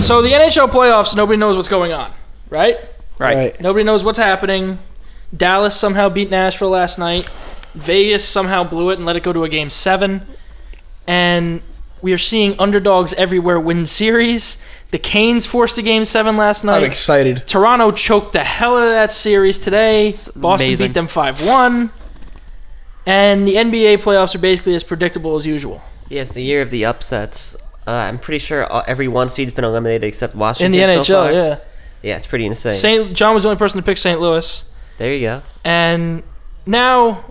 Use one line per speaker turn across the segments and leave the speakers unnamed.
So the NHL playoffs, nobody knows what's going on, right?
Right.
Right.
Nobody knows what's happening. Dallas somehow beat Nashville last night. Vegas somehow blew it and let it go to a game seven. And we are seeing underdogs everywhere win series. The Canes forced a game seven last night.
I'm excited.
Toronto choked the hell out of that series today. Boston
amazing.
beat them 5 1. And the NBA playoffs are basically as predictable as usual.
Yes, the year of the upsets. Uh, I'm pretty sure all, every one seed's been eliminated except
In
Washington.
the NHL,
so far.
yeah.
Yeah, it's pretty insane.
Saint John was the only person to pick St. Louis.
There you go.
And now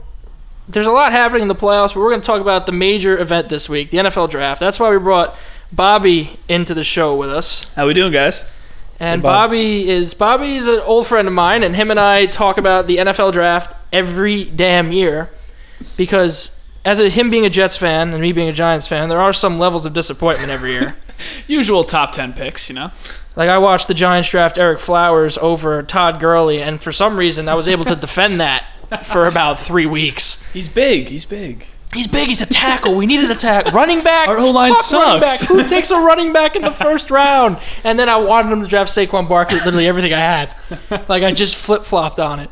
there's a lot happening in the playoffs, but we're going to talk about the major event this week, the NFL draft. That's why we brought Bobby into the show with us.
How we doing, guys?
And
Bob.
Bobby is Bobby's an old friend of mine and him and I talk about the NFL draft every damn year because as a, him being a Jets fan and me being a Giants fan, there are some levels of disappointment every year.
Usual top ten picks, you know.
Like I watched the Giants draft Eric Flowers over Todd Gurley, and for some reason I was able to defend that for about three weeks.
He's big. He's big.
He's big. He's a tackle. We needed a tackle. Running back.
Our O-line
fuck running
sucks.
back. Who takes a running back in the first round? And then I wanted him to draft Saquon Barkley. Literally everything I had. Like I just flip flopped on it.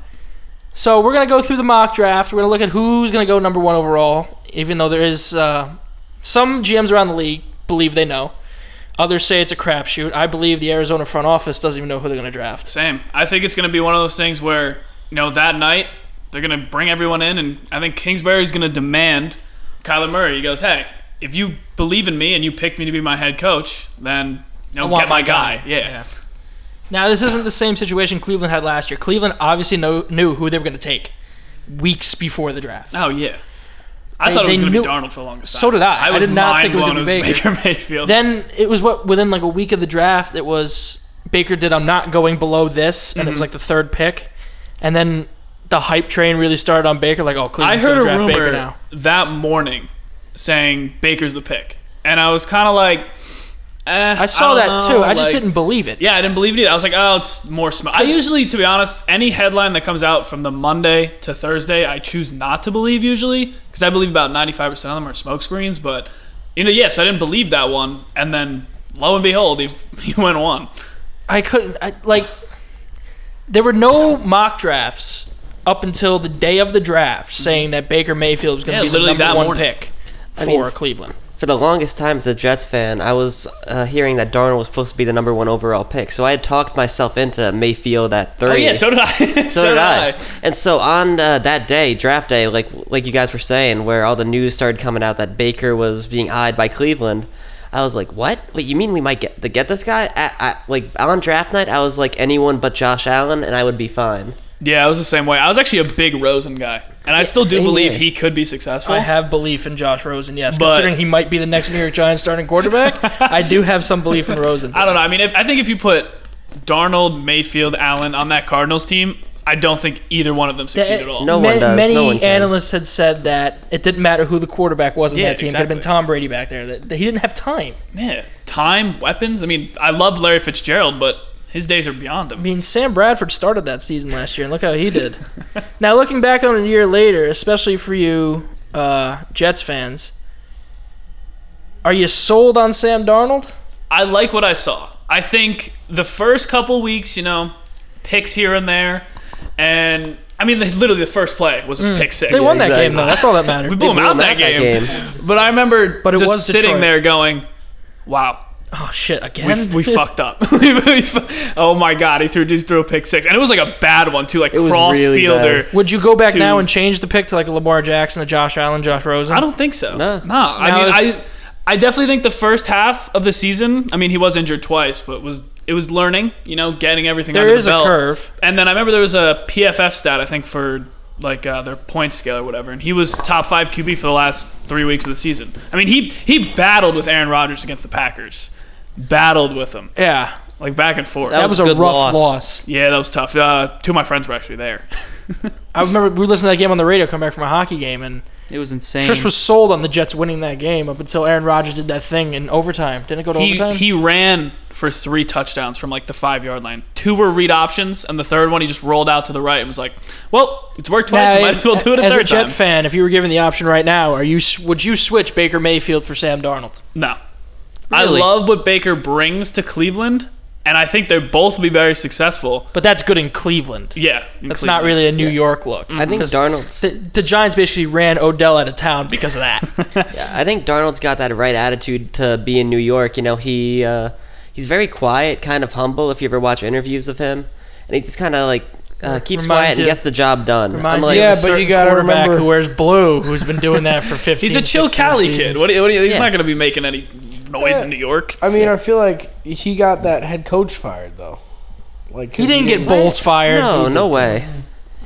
So we're gonna go through the mock draft. We're gonna look at who's gonna go number one overall. Even though there is uh, some GMs around the league believe they know. Others say it's a crapshoot. I believe the Arizona front office doesn't even know who they're gonna draft.
Same. I think it's going to be one of those things where, you know, that night they're going to bring everyone in, and I think Kingsbury's going to demand Kyler Murray. He goes, "Hey, if you believe in me and you picked me to be my head coach, then you know,
want
get my
my guy."
guy." Yeah.
Now, this isn't the same situation Cleveland had last year. Cleveland obviously know, knew who they were going to take weeks before the draft.
Oh yeah. I
They-
thought it was
they
going to
knew-
be Darnold for the longest time.
So did I. I
I, was
did not think it was
mind-blown
gonna be Baker.
Mayfield.
Then it was what within like a week of the draft, it was Baker did I'm not going below this, and it was
Mm-hmm.
like the third pick, and then the hype train really started on Baker. Like, oh,
I
Cleveland's going
heard
to
a
draft Baker
rumor
now.
that morning saying Baker's the pick, and I was kind of like, eh,
I saw
don't
that
know,
too. I just
like-
didn't believe it.
Yeah, I didn't believe it. either. I was like, oh, it's more smoke. I usually, to be honest, any headline that comes out from the Monday to Thursday, I choose not to believe usually because I believe about 95% of them are smoke screens. But, you know, yes, I didn't believe that one. And then lo and behold, he, he went on.
I couldn't I, like there were no mock drafts up until the day of the draft saying that Baker Mayfield was going
Mm-hmm. Yeah,
to be the
literally
number
that
one
morning.
pick
I
for
mean,
Cleveland.
For the longest time, as a Jets fan, I was uh, hearing that Darnold was supposed to be the number one overall pick, so I had talked myself into Mayfield at three.
Oh, yeah, so did I. so,
So did I. And so on uh, that day, draft day, like like you guys were saying, where all the news started coming out that Baker was being eyed by Cleveland, I was like, "What? Wait, you mean we might get to get this guy?" I, I, like on draft night, I was like, "Anyone but Josh Allen, and I would be fine."
Yeah, I was the same way. I was actually a big Rosen guy. And I still do
same
believe
here.
he could be successful.
I have belief in Josh Rosen, yes.
Oh. But-
considering he might be the next New York Giants starting quarterback, I do have some belief in Rosen.
I don't know. I mean, if, I think if you put Darnold, Mayfield, Allen on that Cardinals team, I don't think either one of them succeed at all.
No
many,
one does.
Eh, Many
no one can.
analysts had said that it didn't matter who the quarterback was in
Yeah,
that team. It could have been
exactly.
Tom Brady back there. That, that he didn't have time.
Yeah, time, weapons. I mean, I love Larry Fitzgerald, but his days are beyond
I
him.
mean, Sam Bradford started that season last year, and look how he did. now, looking back on it a year later, especially for you uh, Jets fans, are you sold on Sam Darnold?
I like what I saw. I think the first couple weeks, you know, picks here and there, and I mean, the- literally the first play was a pick six.
Mm. They won that
Exactly.
game, though. That's all that
We
mattered.
blew him
blew
out
him
that,
out that
game.
game.
But I remember
But it
just
was
sitting
Detroit.
there going, "Wow,
oh, shit, again?
we, we fucked up." We really fu- oh my god, he threw just threw a pick six, and it was like a bad one too, like
was
cross
really
fielder.
Would you go back
to-
now and change the pick to like a Lamar Jackson, a Josh Allen, Josh Rosen?
I don't think so.
No.
No. I
No,
mean, I, I definitely think the first half of the season. I mean, he was injured twice, but was it was learning. You know, getting everything.
There
under
is
the
a
belt.
curve.
And then I remember there was a PFF stat I think for like uh, their point scale or whatever, and he was top five QB for the last three weeks of the season. I mean, he he battled with Aaron Rodgers against the Packers, battled with him
Yeah,
like back and forth.
that was,
was a
a
good
rough
loss.
loss.
yeah, that was tough. Uh, two of my friends were actually there.
I remember we listened to that game on the radio coming back from a hockey game, and
It was insane.
Trish was sold on the Jets winning that game up until Aaron Rodgers did that thing in overtime. Didn't it go to
he,
overtime?
he ran for three touchdowns from like the five yard line. Two were read options, and the third one he just rolled out to the right and was like, "Well, it's worked twice.
Now,
I might as well do it a
as
third
a Jet
time."
fan, if you were given the option right now, are you s- would you switch Baker Mayfield for Sam Darnold?
no,
Really?
I love what Baker brings to Cleveland, and I think they both will be very successful.
But that's good in Cleveland.
Yeah, in
That's not
Cleveland.
really a New York look.
I think
'Cause
Darnold's-
The, the Giants basically ran Odell out of town because of that.
I think Darnold's got that right attitude to be in New York. You know, he uh, he's very quiet, kind of humble. If you ever watch interviews of him, and he just kind of like uh, keeps
Reminds
quiet
you-
and gets the job done.
Reminds
Unlike-
me
Yeah,
of
but
a certain
you gotta
quarterback
remember-
who wears blue, who's been doing that for 15.
He's a chill
16
Cali kid.
seasons.
What, do you- what do you- he's
Yeah.
not going to be making any noise in New York.
I mean, I feel like he got that head coach fired though. Like 'cause
He didn't get Bowles fired.
No, no way.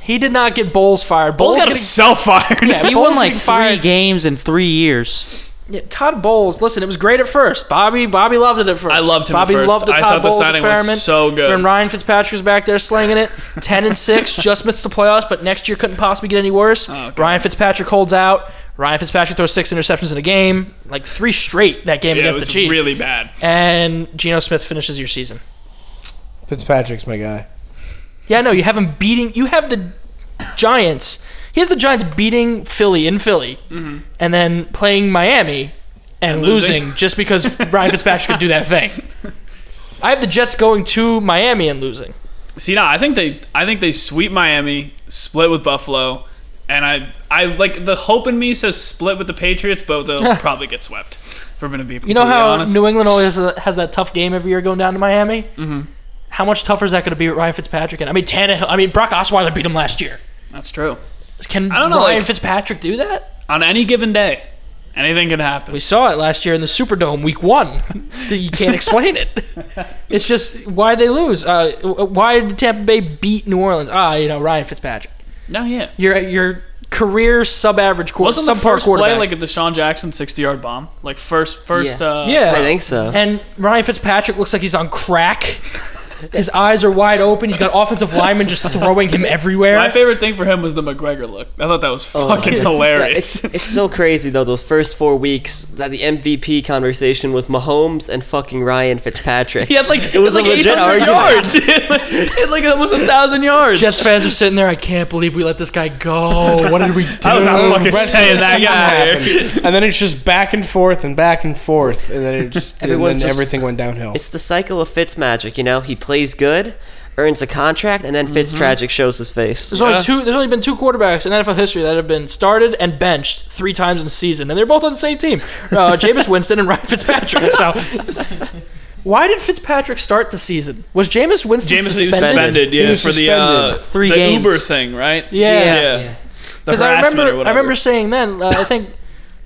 He did not get Bowles fired.
Bulls
Bowles,
got
getting,
himself fired.
yeah,
He
Bowles
won like
getting
three
fired.
games in three years.
Yeah, Todd Bowles. Listen, it was great at first. Bobby, Bobby loved it at first.
I loved him at
Bobby
first.
loved the
I
Todd
thought the
Bowles
signing was
experiment.
so good.
When Ryan Fitzpatrick was back there slinging it, ten and six, just missed the playoffs, but next year couldn't possibly get any worse.
Oh, okay.
Ryan Fitzpatrick holds out. Ryan Fitzpatrick throws six interceptions in a game, like three straight that game
Yeah, it
against
was
the Chiefs.
really bad.
and Geno Smith finishes your season.
Fitzpatrick's my guy.
Yeah, no, you have him beating. You have the Giants. He has the Giants beating Philly in Philly, and then playing Miami and,
Mm-hmm. losing.
losing. just because Ryan Fitzpatrick could do that thing. I have the Jets going to Miami and losing.
See, no, I think they, I think they sweep Miami, split with Buffalo, and I, I like the hope in me says split with the Patriots, but they'll probably get swept. If we're gonna be
You know how
honest.
New England always has, that- has that tough game every year going down to Miami. Mm-hmm. How much tougher is that going to be with Ryan Fitzpatrick? And I mean Tannehill. I mean Brock Osweiler beat him last year.
That's true.
Can
don't know,
Ryan
like-
Fitzpatrick do that?
On any given day, anything can happen.
We saw it last year in the Superdome, Week One. you can't explain it. It's just why they lose. Uh, why did Tampa Bay beat New Orleans? Ah, you know Ryan Fitzpatrick.
no, yeah.
Your your career sub-average quarter,
Wasn't the
subpar
first play
quarterback.
like a Deshaun Jackson sixty-yard bomb? Like first, first.
Yeah.
Uh,
yeah,
I think so.
And Ryan Fitzpatrick looks like he's on crack. His eyes are wide open. He's got offensive linemen just throwing him everywhere.
My favorite thing for him was the McGregor look. I thought that was fucking
Oh, yeah. Yeah,
hilarious.
it's it's so crazy though. Those first four weeks, that the MVP conversation was Mahomes and fucking Ryan Fitzpatrick.
he had like
It was
like
a legit
800
argument.
yards. he had like almost a thousand yards.
Jets fans are sitting there. I can't believe we let this guy go. What did we do?
I was not
Dude,
fucking
rest of
saying
the
that
season
guy.
happened. and then it's just back and forth and back and forth, and then it just and then
Everyone's just-
everything went downhill.
It's the cycle of Fitz magic. You know, he plays good, earns a contract, and
Mm-hmm.
then Fitz tragic shows his face.
There's only two. There's only been two quarterbacks in NFL history that have been started and benched three times in a season, and they're both on the same team: uh, Jameis Winston and Ryan Fitzpatrick. So, why did Fitzpatrick start the season? Was Jameis Winston
Jameis was
suspended?
suspended, yeah,
He was
for the uh,
suspended.
Three
the
games.
Uber thing, right?
Yeah.
yeah. The
Because I
harassment or
remember, I
whatever.
remember saying then. Uh, I think,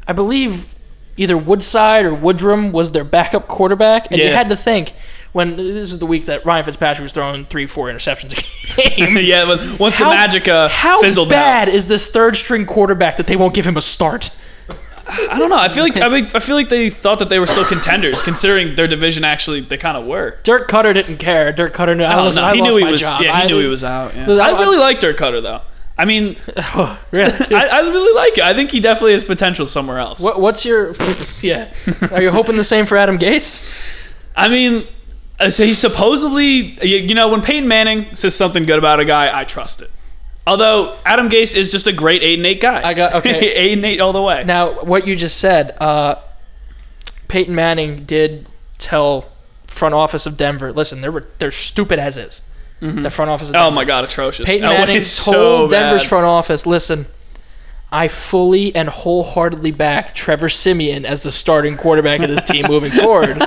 I believe, either Woodside or Woodrum was their backup quarterback, and you
Yeah.
had to think when this was the week that Ryan Fitzpatrick was throwing three, four interceptions a game.
yeah, but once the magic uh,
how
fizzled
bad is this third string quarterback that they won't give him a start?
out, I don't know. I feel like I mean, I feel like they thought that they were still contenders, considering their division actually they kind of were.
Dirk Cutter didn't care. Dirk Cutter knew.
Oh,
Oh, listen,
no,
I
he
lost
knew he
my
was.
job.
Yeah, he
I
knew he
didn't-
was out. yeah.
I-
I really like Dirk Cutter though. I mean,
Oh, really.
I, I really like it. I think he definitely has potential somewhere else.
What- what's your? Yeah, are you hoping the same for Adam Gase?
I mean, uh, so he supposedly, you, you know, when Peyton Manning says something good about a guy, I trust it. Although Adam Gase is just a great eight and eight guy.
I got- okay.
eight and eight all the way.
Now, what you just said, uh, Peyton Manning did tell front office of Denver, listen, they're they're stupid as is. The front office. Of Denver.
oh my God, atrocious.
Peyton
Elway's
Manning told
so
Denver's
bad.
front office, listen, I fully and wholeheartedly back Trevor Simeon as the starting quarterback of this team moving forward. And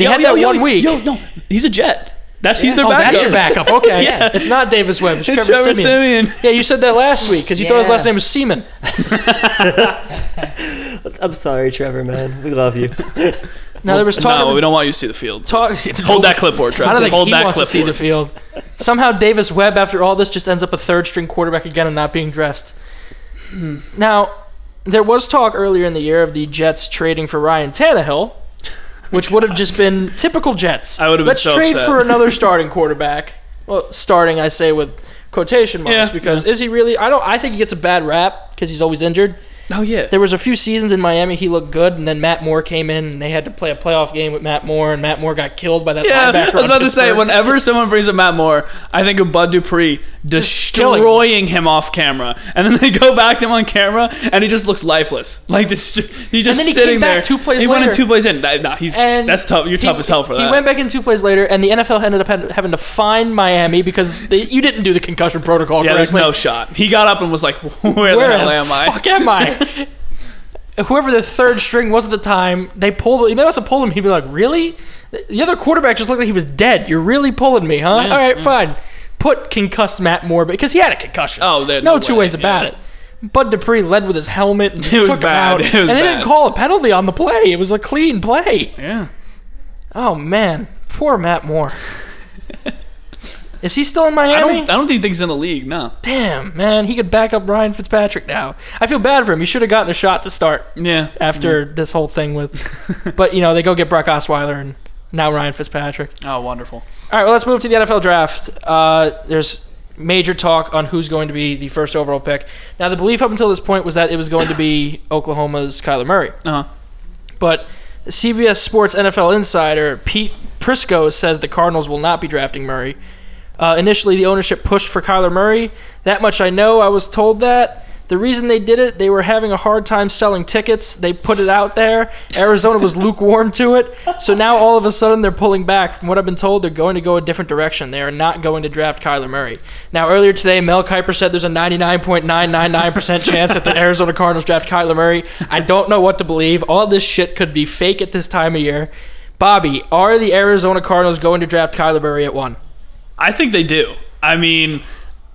he
Yo,
had
yo,
that
yo,
one week.
Yo, no, he's a Jet. That's he's their
oh,
backup.
that's your backup. Okay,
Yeah.
it's not Davis Webb. It's,
It's
Trevor, Simeon.
Simeon.
Yeah, you said that last week because you thought his
Yeah.
last name was Seaman.
I'm sorry, Trevor, man. We love you.
Now there was talk.
No, we don't want you to see the field.
talk
Hold that clipboard, Trevor.
I don't think
Hold
he
that
wants to see
clipboard.
the field. Somehow Davis Webb, after all this, just ends up a third string quarterback again and not being dressed. Now, there was talk earlier in the year of the Jets trading for Ryan Tannehill, which would have just been typical Jets.
I would have been
Let's
so
trade
upset.
for another starting quarterback. Well, starting, I say with quotation marks,
Yeah,
because is he really? I don't. I think he gets a bad rap because he's always injured.
Oh yeah.
There was a few seasons in Miami he looked good, and then Matt Moore came in, and they had to play a playoff game with Matt Moore, and Matt Moore got killed by that
Yeah,
linebacker.
I was
on
about to say,
Pittsburgh.
whenever someone brings up Matt Moore, I think of Bud Dupree
killing him.
destroying him off camera, and then they go back to him on camera, and he just looks lifeless, like just he's just
then he
sitting
came back
there.
two plays
he went in
later.
two plays in. Nah, nah, he's
And
that's tough. You're tough
he-
as hell for that.
He went back in two plays later, and the NFL ended up had- having to fine Miami because they, you didn't do the concussion protocol
yeah, there's
correctly.
no shot. He got up and was like, "Where,
Where
the hell am
the
I?"
fuck am I? Whoever the third string was at the time, they pulled. They must have pulled him. He'd be like, "Really?" The other quarterback just looked like he was dead. You're really pulling me, huh? All right, fine. Put concussed Matt Moore because he had a concussion.
Oh, there-
no,
no
two
way,
ways about
yeah.
it. Bud Dupree led with his helmet and
It was
took
bad,
him out,
it was
and they
bad.
didn't call a penalty on the play. It was a clean play.
Yeah,
Oh man, poor Matt Moore. Is he still in
I
Miami?
don't. I don't think he's in the league. No.
Damn, man, he could back up Ryan Fitzpatrick now. I feel bad for him. He should have gotten a shot to start
Yeah.
after this whole thing with. but you know they go get Brock Osweiler and now Ryan Fitzpatrick.
Oh, wonderful.
All right, well let's move to the NFL draft. Uh, there's major talk on who's going to be the first overall pick. Now the belief up until this point was that it was going to be Oklahoma's Kyler Murray.
Uh huh.
But CBS Sports NFL insider Pete Prisco says the Cardinals will not be drafting Murray. Uh, initially, the ownership pushed for Kyler Murray. That much I know. I was told that. The reason they did it, they were having a hard time selling tickets. They put it out there. Arizona was lukewarm to it. So now all of a sudden they're pulling back. From what I've been told, they're going to go a different direction. They are not going to draft Kyler Murray. Now, earlier today, Mel Kiper said there's a 99.999% chance that the Arizona Cardinals draft Kyler Murray. I don't know what to believe. All this shit could be fake at this time of year. Bobby, are the Arizona Cardinals going to draft Kyler Murray at one?
I think they do. I mean,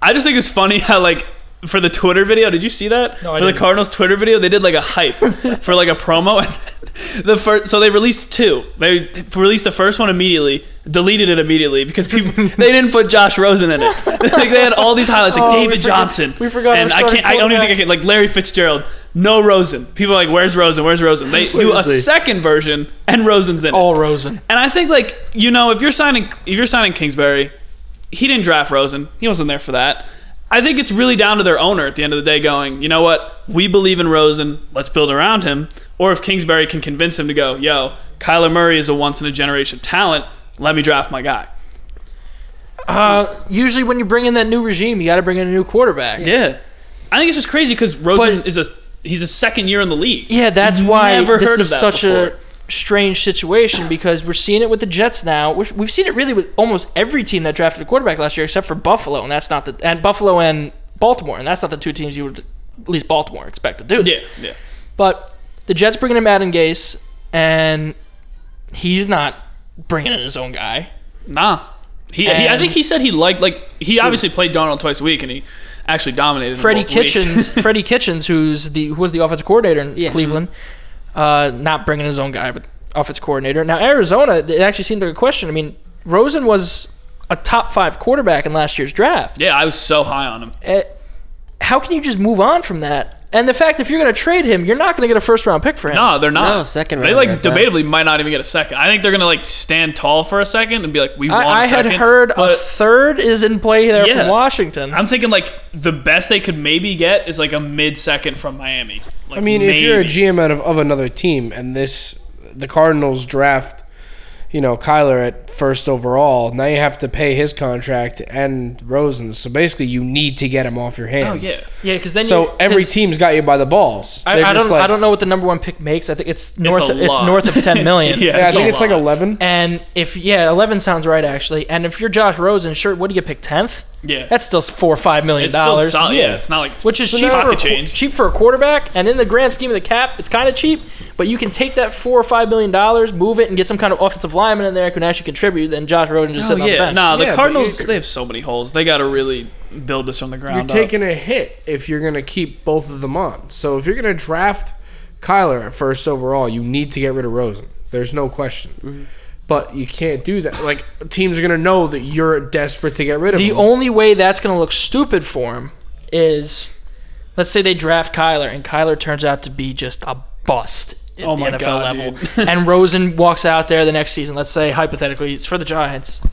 I just think it's funny how like for the Twitter video, did you see that? No,
I
for the
didn't.
Cardinals Twitter video, they did like a hype for like a promo. And the first, so they released two. They released the first one immediately, deleted it immediately because people they didn't put Josh Rosen in it. like they had all these highlights, like
Oh, we
David
forgot-
Johnson.
we forgot
And
our
I can't. I don't
starting
even think I can. Like Larry Fitzgerald, no Rosen. People are like, where's Rosen? Where's Rosen? They do a
is he?
second version, and Rosen's in it.
All Rosen.
And I think like you know if you're signing if you're signing Kingsbury, he didn't draft Rosen. He wasn't there for that. I think it's really down to their owner at the end of the day going, you know what? We believe in Rosen. Let's build around him. Or if Kingsbury can convince him to go, yo, Kyler Murray is a once in a generation talent. Let me draft my guy.
Uh, usually, when you bring in that new regime, you got to bring in a new quarterback.
Yeah. I think it's just crazy because Rosen
But-
is a he's a second year in the league.
Yeah, that's
You've
why
never
this
heard
is
of that
such
before.
a strange situation because we're seeing it with the Jets now. We've we've seen it really with almost every team that drafted a quarterback last year, except for Buffalo, and that's not the and Buffalo and Baltimore, and that's not the two teams you would at least Baltimore expect to do
Yeah,
this.
yeah.
But the Jets bringing in Madden Gase, and he's not bringing in his own guy.
Nah. He, he I
And-
think he said he liked like he obviously played Donald twice a week and he actually dominated. in
Freddie
both weeks.
Kitchens, Freddie Kitchens, who's the who was the offensive coordinator in Cleveland, uh, not bringing his own guy, but offensive coordinator. Now Arizona, it actually seemed like a question. I mean, Rosen was a top five quarterback in last year's draft.
Yeah, I was so high on him.
Eh, how can you just move on from that? And the fact if you're going to trade him, you're not going to get a first round pick for him.
No, they're not.
No, second
They
round
like
at
debatably
best.
might not even get a second. I think they're gonna like stand tall for a second and be like, we want
I, I
a
had
second.
heard a
but
third is in play there
Yeah.
from Washington.
I'm thinking like the best they could maybe get is like a mid second from Miami. Like,
I mean, if you're a
maybe.
GM out of, of another team and this the Cardinals draft, you know, Kyler at first overall, now you have to pay his contract and Rosen. So basically you need to get him off your
oh
hands.
yeah,
yeah, because then
So
you,
every
'cause
team's got you by the balls.
I,
They're
I
just
don't.
like-
I don't know what the number one pick makes. I think it's north.
a
It's,
lot.
north of ten million.
Yeah,
Yeah, I
it's
think
a
it's like
lot.
11.
And if yeah, eleven sounds right actually. And if you're Josh Rosen, sure, what do you pick tenth?
yeah.
That's still four or five million
it's still
dollars,
solid. Yeah, it's not like it's
which is
So
cheap
now-
for a,
Pocket
qu-
change.
cheap for a quarterback. And in the grand scheme of the cap, it's kind of cheap. But you can take that four or five million dollars, move it, and get some kind of offensive lineman in there who can actually contribute. Then Josh Rosen just
Oh,
sitting on the
yeah,
bench.
nah. The
Yeah, but
Cardinals
you-
they have so many holes. They got to really build this from the ground.
You're taking a hit if you're going to keep both of them on. So if you're going to draft Kyler at first overall, you need to get rid of Rosen. There's no question. But you can't do that. Like teams are going to know that you're desperate to get rid of
The
him.
only way that's going to look stupid for him is, let's say they draft Kyler and Kyler turns out to be just a bust at
Oh
the
my
NFL
God,
level,
dude.
and Rosen walks out there the next season. Let's say hypothetically, it's for the Giants.
up.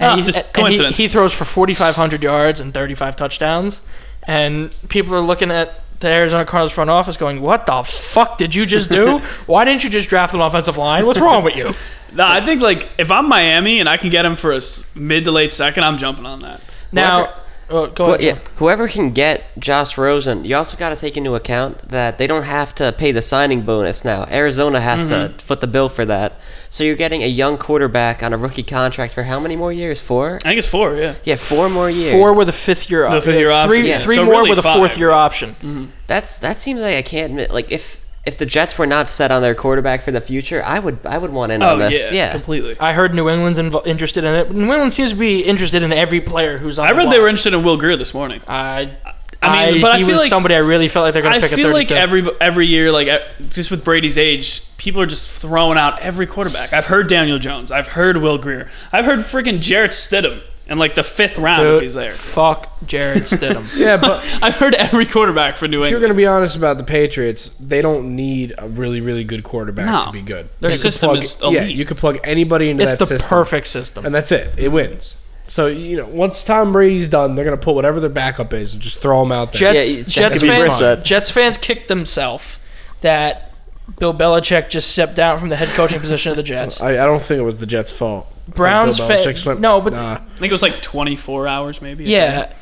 And
Ah,
he-
just
Ah, and he-
coincidence.
He, throws for 4,500 yards and 35 touchdowns, and people are looking at the Arizona Cardinals front office going, "What the fuck did you just do? Why didn't you just draft an offensive line? What's wrong with you?"
No, I think like if I'm Miami and I can get him for a s- mid to late second, I'm jumping on that.
Now, oh, go
Well,
ahead.
yeah, whoever can get Josh Rosen, you also got to take into account that they don't have to pay the signing bonus now. Arizona has
Mm-hmm.
to foot the bill for that. So you're getting a young quarterback on a rookie contract for how many more years? Four?
I think it's four, yeah.
Yeah, four more years.
Four with a fifth year option.
fifth-year option,
Three,
yeah.
three
So
more
really
with a
five.
fourth year option.
That's that seems like I can't admit. Like if if the Jets were not set on their quarterback for the future, I would I would want in on
Oh,
this. Oh, Yeah.
Oh, completely.
I heard New England's invo- interested in it. New England seems to be interested in every player who's on
I
the
read they were
block.
interested in Will Greer this morning.
I,
I mean, but I
he
feel
was
like-
somebody I really felt like they're going
I
to pick at
feel
32.
like every every year, like e- just with Brady's age, people are just throwing out every quarterback. I've heard Daniel Jones. I've heard Will Greer. I've heard freaking Jarrett Stidham in like the fifth round if
Dude,
he's there.
Fuck Jared Stidham.
Yeah, but
I've heard every quarterback for New
if you're
England.
going to be honest about the Patriots, they don't need a really, really good quarterback
No.
to be good.
Their
You could
system
plug-
is
Yeah,
elite.
you could plug anybody into
it's
that
the
system.
perfect system.
and that's it. It wins. So you know, once Tom Brady's done, they're gonna put whatever their backup is and just throw them out there.
Jets,
Yeah, that
Jets,
could be
fans,
Brissett.
Jets fans kicked themselves that Bill Belichick just stepped down from the head coaching position of the Jets.
I, I don't think it was the Jets' fault. I think
Browns
Bill
fa-
Belichick's went,
no, but-
nah.
I think it was like 24 hours maybe.
Yeah.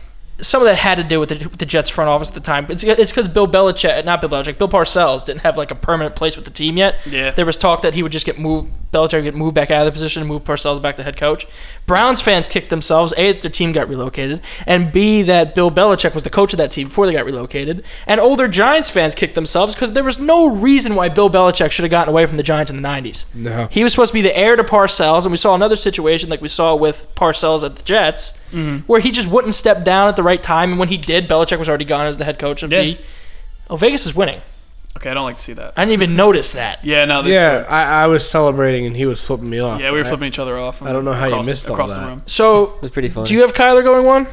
Some of that had to do with the, with the Jets front office at the time. It's it's because Bill Belichick, not Bill Belichick, Bill Parcells didn't have like a permanent place with the team yet.
Yeah.
There was talk that he would just get moved, Belichick would get moved back out of the position and move Parcells back to head coach. Browns fans kicked themselves a that their team got relocated and b that Bill Belichick was the coach of that team before they got relocated. And older Giants fans kicked themselves because there was no reason why Bill Belichick should have gotten away from the Giants in the '90s.
No.
He was supposed to be the heir to Parcells, and we saw another situation like we saw with Parcells at the Jets,
Mm-hmm.
where he just wouldn't step down at the right time. And when he did, Belichick was already gone as the head coach of
Yeah.
the. Oh, Vegas is winning.
Okay, I don't like to see that.
I didn't even notice that.
Yeah, no. This, yeah.
Yeah, I, I was celebrating and he was flipping me off.
Yeah, we were
I-
flipping each other off.
I don't know how you
across-
missed all
across
that.
the room.
So,
It was pretty fun.
do you have Kyler going one?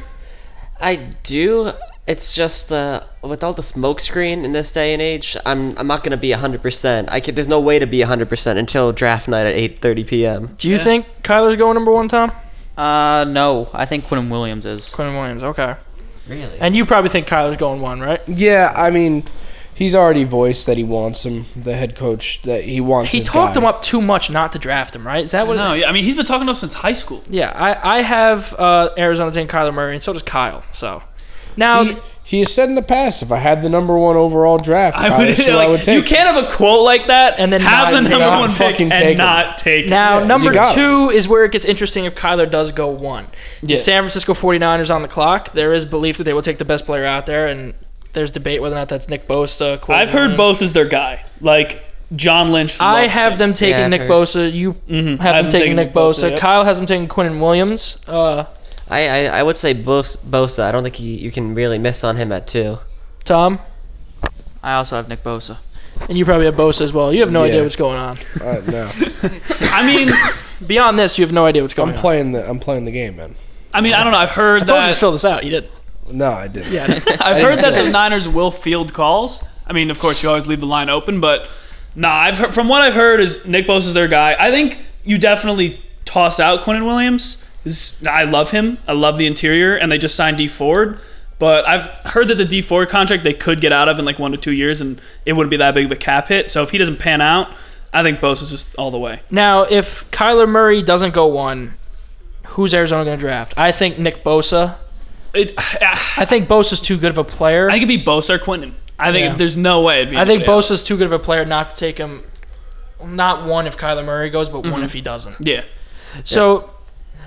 I do. It's just uh, with all the smoke screen in this day and age, I'm I'm not gonna be hundred percent. I can, there's no way to be hundred percent until draft night at eight thirty p.m.
Do you think Kyler's going number one, Tom?
Uh, no, I think Quinton Williams is.
Quinn Williams. Okay.
Really?
And you probably think Kyler's going one, right?
Yeah, I mean, he's already voiced that he wants him, the head coach, that he wants.
He
his
talked
guy.
him up too much not to draft him, right? Is that what?
No, yeah. I mean, he's been talking up since high school.
Yeah, I, I have uh, Arizona taking Kyler Murray, and so does Kyle. So, now
He, he has said in the past, if I had the number one overall draft,
I
I,
would,
that's
like,
what I would take.
You can't have a quote like that
And then
have
not
the
take
number
it. Not
one pick
fucking
and
take it.
not take it.
Now,
Yeah,
number
you got
two is where it gets interesting if Kyler does go one. The San Francisco 49ers on the clock. There is belief that they will take the best player out there, and there's debate whether or not that's Nick Bosa. Quinn
I've heard
Williams.
Bose is their guy. Like John Lynch.
I
loves
have
him.
them taking
Yeah, I've
Nick
heard.
Bosa. You
Mm-hmm.
have them taking Nick Bosa.
yep.
Kyle has them taking Quinn Williams. Uh,
I, I I would say Bos- Bosa. I don't think you, you can really miss on him at two.
Tom,
I also have Nick Bosa.
and you probably have Bosa as well. You have no idea
Yeah.
what's going on.
Uh, no,
I mean,
Beyond this, you have no idea what's going
I'm
on.
playing the I'm playing the game, man.
I mean, I don't know. I've heard
I told you
that.
to fill this out. You did.
No, I didn't.
Yeah. I did.
I've heard
didn't
that
play.
the Niners will field calls. I mean, of course, you always leave the line open, but nah. I've heard, from what I've heard is Nick Bose is their guy. I think you definitely toss out Quentin Williams. 'cause I love him. I love the interior, and they just signed D Ford. But I've heard that the D Ford contract they could get out of in like one to two years, and it wouldn't be that big of a cap hit. So if he doesn't pan out, I think Bose is just all the way.
Now, if Kyler Murray doesn't go one, who's Arizona going to draft? I think Nick Bosa.
It,
I think Bosa's too good of a player.
I
I,
think it'd be Bosa or Quentin. I think
Yeah.
there's no way it'd be.
think
anybody else.
Bosa's too good of a player not to take him. Not one if Kyler Murray goes, but one if he doesn't.
Mm-hmm. Yeah.
So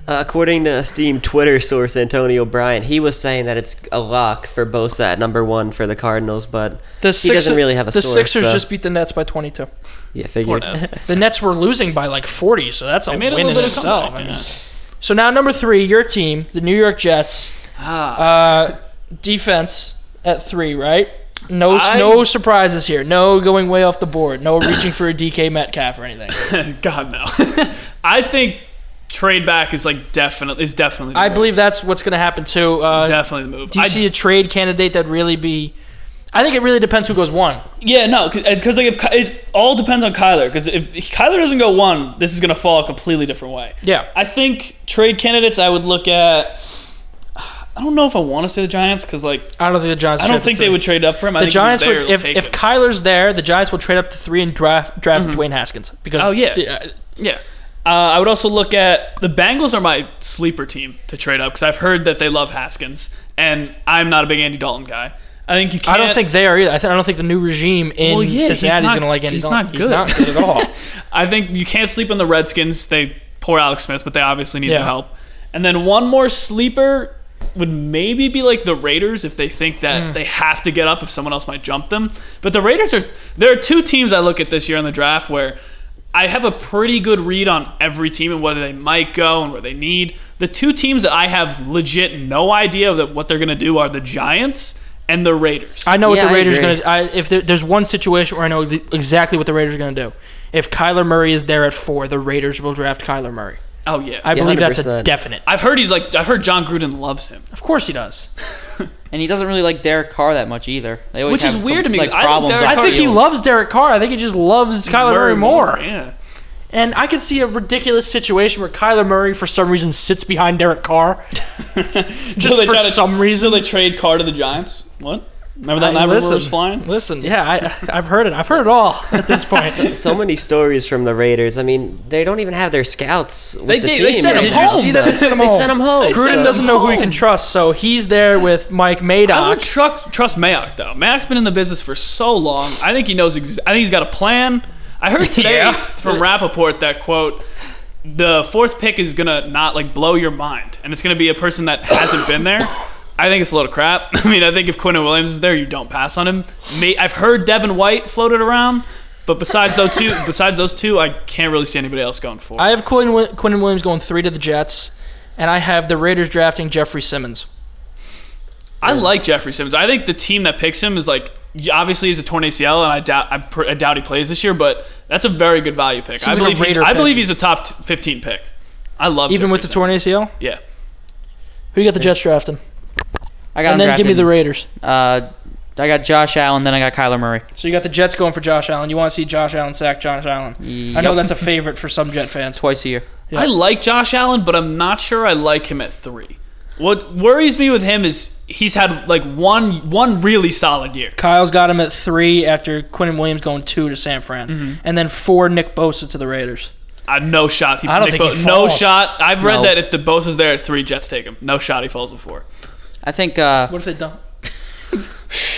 Uh, according to esteemed Twitter source Antonio Bryant, he was saying that it's a lock for Bosa at number one for the Cardinals, but
the Sixers,
doesn't really have a
the
source,
Sixers
so-
just beat the Nets by 22.
yeah, figured.
The Nets were losing by like 40, so that's a
Made a
win
little
in
bit of
itself.
comeback.
I
yeah.
mean, So now number three, your team, the New York Jets,
Ah.
uh, defense at three, right? No,
I-
no surprises here. No going way off the board. No reaching for a DK Metcalf or anything.
God no. I think trade back is like definitely is definitely. The
I
move.
believe that's what's going to happen too. Uh,
definitely the move.
do you
I-
see a trade candidate that really be? I think it really depends who goes one.
yeah, no, because like if Ky- it all depends on Kyler. Because if Kyler doesn't go one, this is gonna fall a completely different way.
Yeah,
I think trade candidates I would look at. I don't know if I want to say the Giants because like
I don't think the Giants.
I don't think they would trade up for him. I
The
think if
Giants
he's there,
would
they'll
if
take
if
him.
Kyler's there, the Giants will trade up to three and draft draft Dwayne Haskins because
Oh, yeah.
the- uh,
Yeah. Uh, I would also look at the Bengals are my sleeper team to trade up because I've heard that they love Haskins, and I'm not a big Andy Dalton guy. I think you
I
can't.
don't think they are either. I, th- I don't think the new regime in
Well, yeah, he's
Cincinnati is
not-
going to like Andy
he's
Dalton.
not
He's
good.
not good at all.
I think you can't sleep on the Redskins. They poor Alex Smith, but they obviously need
Yeah.
the help. And then one more sleeper would maybe be like the Raiders if they think that
Hmm.
they have to get up if someone else might jump them. But the Raiders are there are two teams I look at this year in the draft where I have a pretty good read on every team and whether they might go and where they need. The two teams that I have legit no idea of that what they're going to do are the Giants and the Raiders.
I know
Yeah,
what the
I
Raiders
agree.
going to. If there, there's one situation where I know the, exactly what the Raiders are going to do, if Kyler Murray is there at four, the Raiders will draft Kyler Murray.
oh yeah.
I
I,
believe that's a
100%.
definite.
I've heard he's like I've heard John Gruden loves him.
Of course he does.
And he doesn't really like Derek Carr that much either. They always
Which is
have,
weird to me,
Like
'cause I think
problems.
Derek
on
I think he
field.
loves Derek Carr. I think he just loves Kyler Oh, Murray more.
Yeah.
And I could see a ridiculous situation where Kyler Murray, for some reason, sits behind Derek Carr.
Just
for some
reason they trade Carr to the Giants. What? Remember that
I-
night when we
listen.
were flying?
Listen, yeah, I, I've heard it. I've heard it all at this point.
so many stories from the Raiders. I mean, they don't even have their scouts. With
They
the
did-
Team
they sent
right
him
now,
home.
so-
They sent him
They
home.
sent him home.
Gruden
so-
doesn't know who he can trust, so he's there with Mike
I would
Madoff.
truck, trust Mayock though. Mayock's been in the business for so long. I think he knows. Ex- I think he's got a plan. I heard today from Rappaport that quote: "The fourth pick is gonna not like blow your mind, and it's gonna be a person that hasn't been there." I think it's a load of crap. I mean, I think if Quinn Williams is there, you don't pass on him. May- I've heard Devin White floated around, but besides those two, besides those two, I can't really see anybody else going for.
I have Quinn, Wi- Quinn Williams going three to the Jets, and I have the Raiders drafting Jeffrey Simmons.
I like Jeffrey Simmons. I think the team that picks him is like obviously he's a torn ACL, and I doubt I, pr- I doubt he plays this year. But that's a very good value pick. I
like a
believe he's,
Raider
I
pick.
believe he's a top t- fifteen pick. I love
Even with the
Jeffrey
torn ACL,
Simmons.
who you got the Jets drafting?
I got
And
him
then give me
drafted.
the Raiders.
Uh, I got Josh Allen, then I got Kyler Murray.
So you got the Jets going for Josh Allen. You want to see Josh Allen sack Josh Allen? I know
Yep.
that's a favorite for some Jet fans.
Twice a year.
Yeah, I like Josh Allen, but I'm not sure I like him at three. What worries me with him is he's had like one one really solid year.
Kyle's got him at three after Quinn Williams going two to San Fran,
Mm-hmm.
and then four Nick Bosa to the Raiders.
I Uh, no shot. He,
I don't
Nick
think he
Bo- no
falls.
shot. I've read
No.
that if the Bosa's there at three, Jets take him. No shot. He falls at four.
I think. Uh,
What if they don't?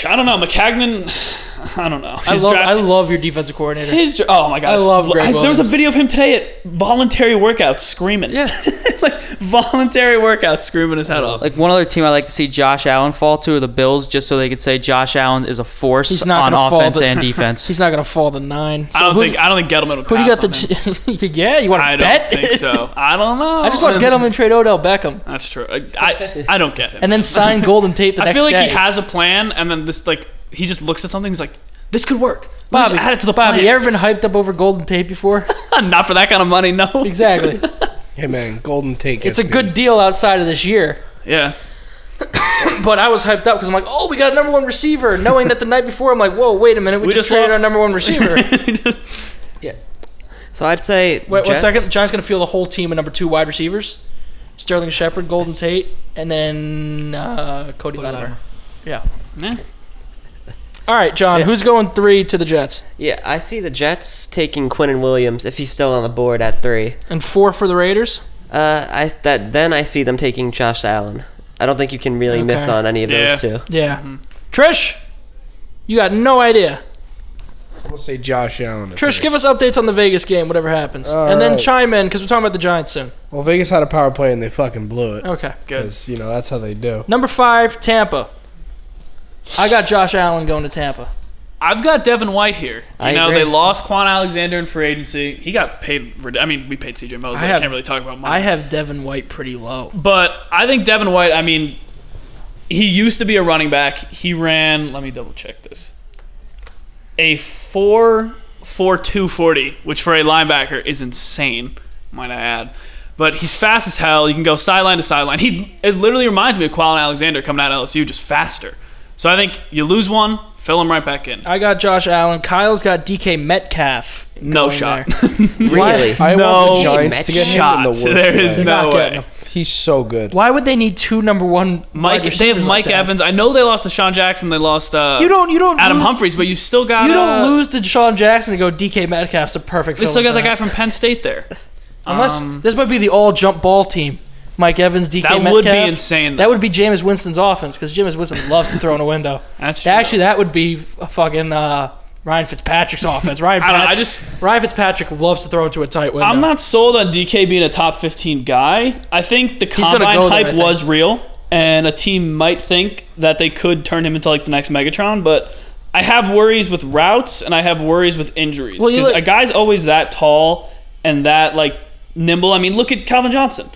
I don't know. McCagnon. I don't know.
I
His
love, I
draft-
love your defensive coordinator.
His dr- oh my god!
I love Greg
I- There was a
Williams.
video of him today at voluntary workouts screaming.
Yeah.
like voluntary workouts screaming his head off.
like one other team I like to see Josh Allen fall to are the Bills, just so they could say Josh Allen is a force
He's not
on
gonna fall,
offense
but-
and defense.
He's not going to fall to nine. So
I don't
who,
think I don't think Gettleman would
Who do
pass
you got
on him.
the? yeah, you want
I
to
don't
bet?
think so. I don't know.
I just watched Gettleman trade Odell Beckham
That's true. I I, I don't get him.
and then sign Golden Tate the
I
next
feel like
day.
he has a plan, and then this like he just looks at something. He's like, "This could work." Let me just
Bobby,
add it to the
Bobby, you
plan.
ever been hyped up over Golden Tate before?
Not for that kind of money, no.
exactly.
Hey man, Golden Tate.
it's
gets
a
me.
good deal outside of this year.
Yeah.
But I was hyped up because I'm like, oh, we got a number one receiver, knowing that the night before I'm like, whoa, wait a minute, we,
We
just
just
traded
lost-
our number one receiver. wait,
So I'd say.
one
Jets.
second. The Giants gonna feel the whole team of number two wide receivers: Sterling Shepard, Golden Tate, and then uh, Cody Latimer. Yeah.
Yeah.
All right, John. Who's going three to the Jets
Yeah, I see the Jets taking Quinn and Williams if he's still on the board at three.
and four for the Raiders?
Uh, I that then I see them taking Josh Allen. I don't think you can really miss
Okay.
on any of those
Yeah.
two.
Yeah. Trish, you got no idea.
I'm gonna say Josh Allen. at
Trish,
three.
give us updates on the Vegas game, whatever happens,
All
and then
right.
chime in because we're talking about the Giants soon.
Well, Vegas had a power play and they fucking blew it.
Okay.
Because you know that's how they do.
Number five, Tampa. I got Josh Allen going to Tampa.
I've got Devin White here. You
I
know,
agree.
they lost Quan Alexander in free agency. He got paid. rid- I mean, we paid CJ Mosley.
I
I,
have-
can't really talk about money.
I have Devin White pretty low.
But I think Devin White, I mean, he used to be a running back. He ran, let me double check this, a 4 4 240, which for a linebacker is insane, might I add. But he's fast as hell. You can go sideline to sideline. He It literally reminds me of Qualin Alexander coming out of LSU, just faster. So I think you lose one, fill him right back in.
I got Josh Allen. Kyle's got DK Metcalf.
No
going
shot.
Really?
I
No
want the Giants to get him in the
shot.
worst
There is
way.
no
not
way.
getting him.
He's so good.
Why would they need two number one?
Mike,
wide
they have
receivers
Mike
like that?
Evans. I know they lost to Sean Jackson. They lost uh,
You don't. You don't.
Adam
lose,
Humphries, but you still got
You
uh,
don't lose to Deshaun Jackson and go DK Metcalf's a perfect.
They still
fill-in
got
for
that guy from Penn State there.
Unless
Um,
this might be the all jump ball team. Mike Evans, DK
that
Metcalf.
would be insane.
That would be Jameis Winston's offense because Jameis Winston loves to throw in a window.
That's true.
Actually, that would be a fucking uh, Ryan Fitzpatrick's offense. Ryan,
I don't know. I
Pat-
just
Ryan Fitzpatrick loves to throw into a tight window.
I'm not sold on DK being a top 15 guy. I think the
gonna
combine
go there, I
hype
think.
was real, and a team might think that they could turn him into like the next Megatron, but I have worries with routes and I have worries with injuries
Well, you
because
look-
a guy's always that tall and that like nimble. I mean, look at Calvin Johnson.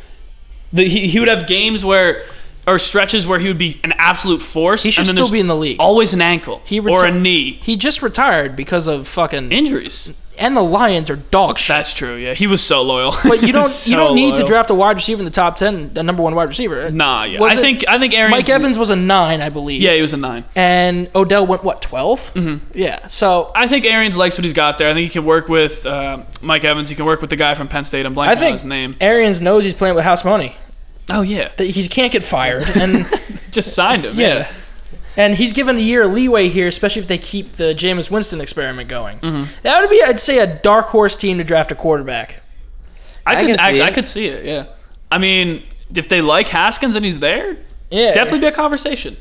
The, he, he would have games where or stretches where he would be an absolute force.
He should
and then
still
there's
be in the league.
Always an ankle
He
or a
reti-
knee.
He just retired because of fucking
Injuries.
and the Lions are dog shit.
That's true. Yeah, he was so loyal.
But you don't
So
you don't need to
loyal.
draft a wide receiver in the top ten, the number one wide receiver.
Nah, yeah.
Was
I
it-
think I think Arians.
Mike Evans was a nine, I believe.
Yeah, he was a nine.
And Odell went what 12 Mm-hmm. Yeah. So
I think Arians likes what he's got there. I think he can work with uh, Mike Evans. He can work with the guy from Penn State. I'm blanking
I
on
think
his name.
Arians knows he's playing with house money.
Oh yeah,
That he can't get fired, and
just signed him.
yeah.
Yeah.
And he's given a year leeway here, especially if they keep the Jameis Winston experiment going. That would be, I'd say, a dark horse team to draft a quarterback.
I,
I
could
can see
actually, I
it.
could see it. Yeah. I mean, if they like Haskins and he's there,
Yeah,
definitely be a conversation.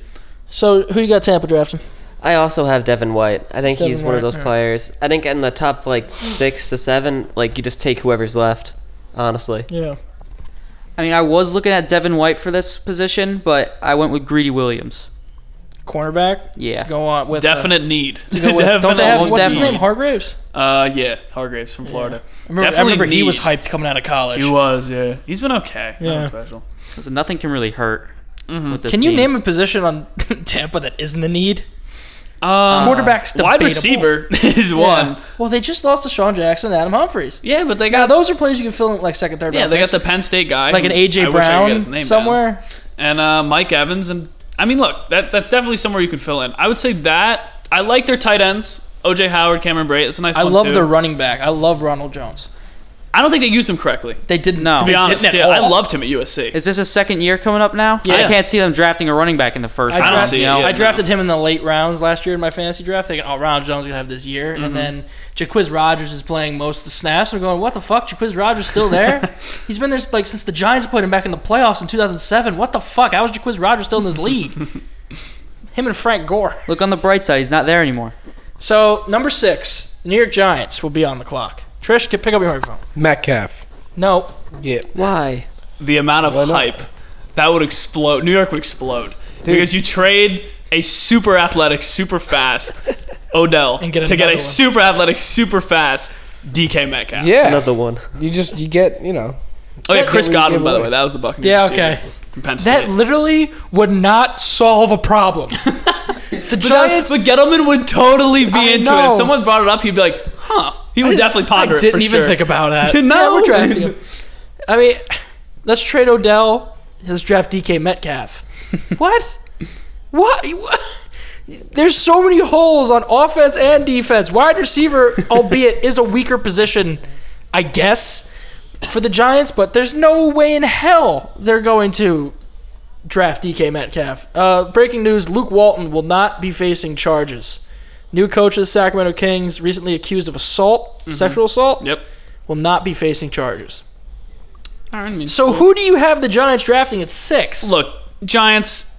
So who you got Tampa drafting?
I also have Devin White. I think he's
Devin
one of
White,
those
yeah. Hmm.
players. I think in the top like six to seven, like you just take whoever's left. Honestly,
Yeah.
I mean, I was looking at Devin White for this position, but I went with Greedy Williams.
Cornerback.
Yeah.
Go on with uh,
Definite need.
go with- don't they have
Definite
what's
Most
his
definitely.
name? Hargraves.
Uh, yeah, Hargraves from Florida.
I remember, I
Definitely
remember he
need. uh,
was hyped coming out of college.
He was. Yeah, he's been okay.
Yeah.
Nothing special.
So nothing can really hurt. With this
Can you
team.
name a position on Tampa that isn't a need?
Uh,
Quarterback's
wide
debatable.
receiver is one.
Yeah. Well, they just lost to Sean Jackson and Adam Humphries.
Yeah, but they
Now,
got
those are players you can fill in like second, third
yeah
round
they got
picks.
the Penn State guy,
like an
who-
AJ
I wish I could get
Brown
his name down.
somewhere.
and uh, Mike Evans. And I mean, look, that that's definitely somewhere you could fill in. I would say that I like their tight ends. OJ Howard, Cameron Bray. That's a nice
I
one
love
too.
their running back. I love Ronald Jones.
I don't think they used him correctly. To
They didn't.
No.
be
They
honest,
didn't at
yeah, I
all.
loved him at USC.
Is this his second year coming up now?
Yeah.
I can't see them drafting a running back in the first
I
round.
don't see
you
it,
know?
yeah.
I drafted him in the late rounds last year in my fantasy draft, thinking, oh, Ronald Jones is going to have this year. And then Jaquiz Rogers is playing most of the snaps. I'm going, what the fuck? Jaquiz Rogers still there? He's been there like since the Giants played him back in the playoffs in 2007. What the fuck? How is Jaquiz Rogers still in this league? him and Frank Gore.
Look on the bright side, he's not there anymore.
So, number six, New York Giants will be on the clock. Trish, can pick up your microphone.
Metcalf.
No.
Yeah.
why?
the amount of
not?
hype that would explode. New York would explode because you trade a super athletic, super fast Odell
get
to get
another
a
one.
super athletic, super fast DK Metcalf.
Yeah.
Another one.
You just you get you know.
Oh yeah, Chris
we gave
Godwin by the
away.
way. That was the Buccaneers.
Yeah,
receiver
okay.
From Penn State.
That literally would not solve a problem. the Giants.
But Gettleman would totally be
I
into it.
know.
If someone brought it up, he'd be like, "Huh." He would definitely ponder
I
it.
didn't
for
even
sure.
think about that.
You know?
Yeah, we're drafting him. I mean, let's trade Odell. Let's draft DK Metcalf. what? what? What? There's so many holes on offense and defense. Wide receiver, albeit, is a weaker position, I guess, for the Giants. But there's no way in hell they're going to draft DK Metcalf. Uh, breaking news: Luke Walton will not be facing charges. New coach of the Sacramento Kings, recently accused of assault, sexual assault
Mm-hmm. Yep.
will not be facing charges.
All right, I mean,
So who do you have the Giants drafting at six?
look, Giants,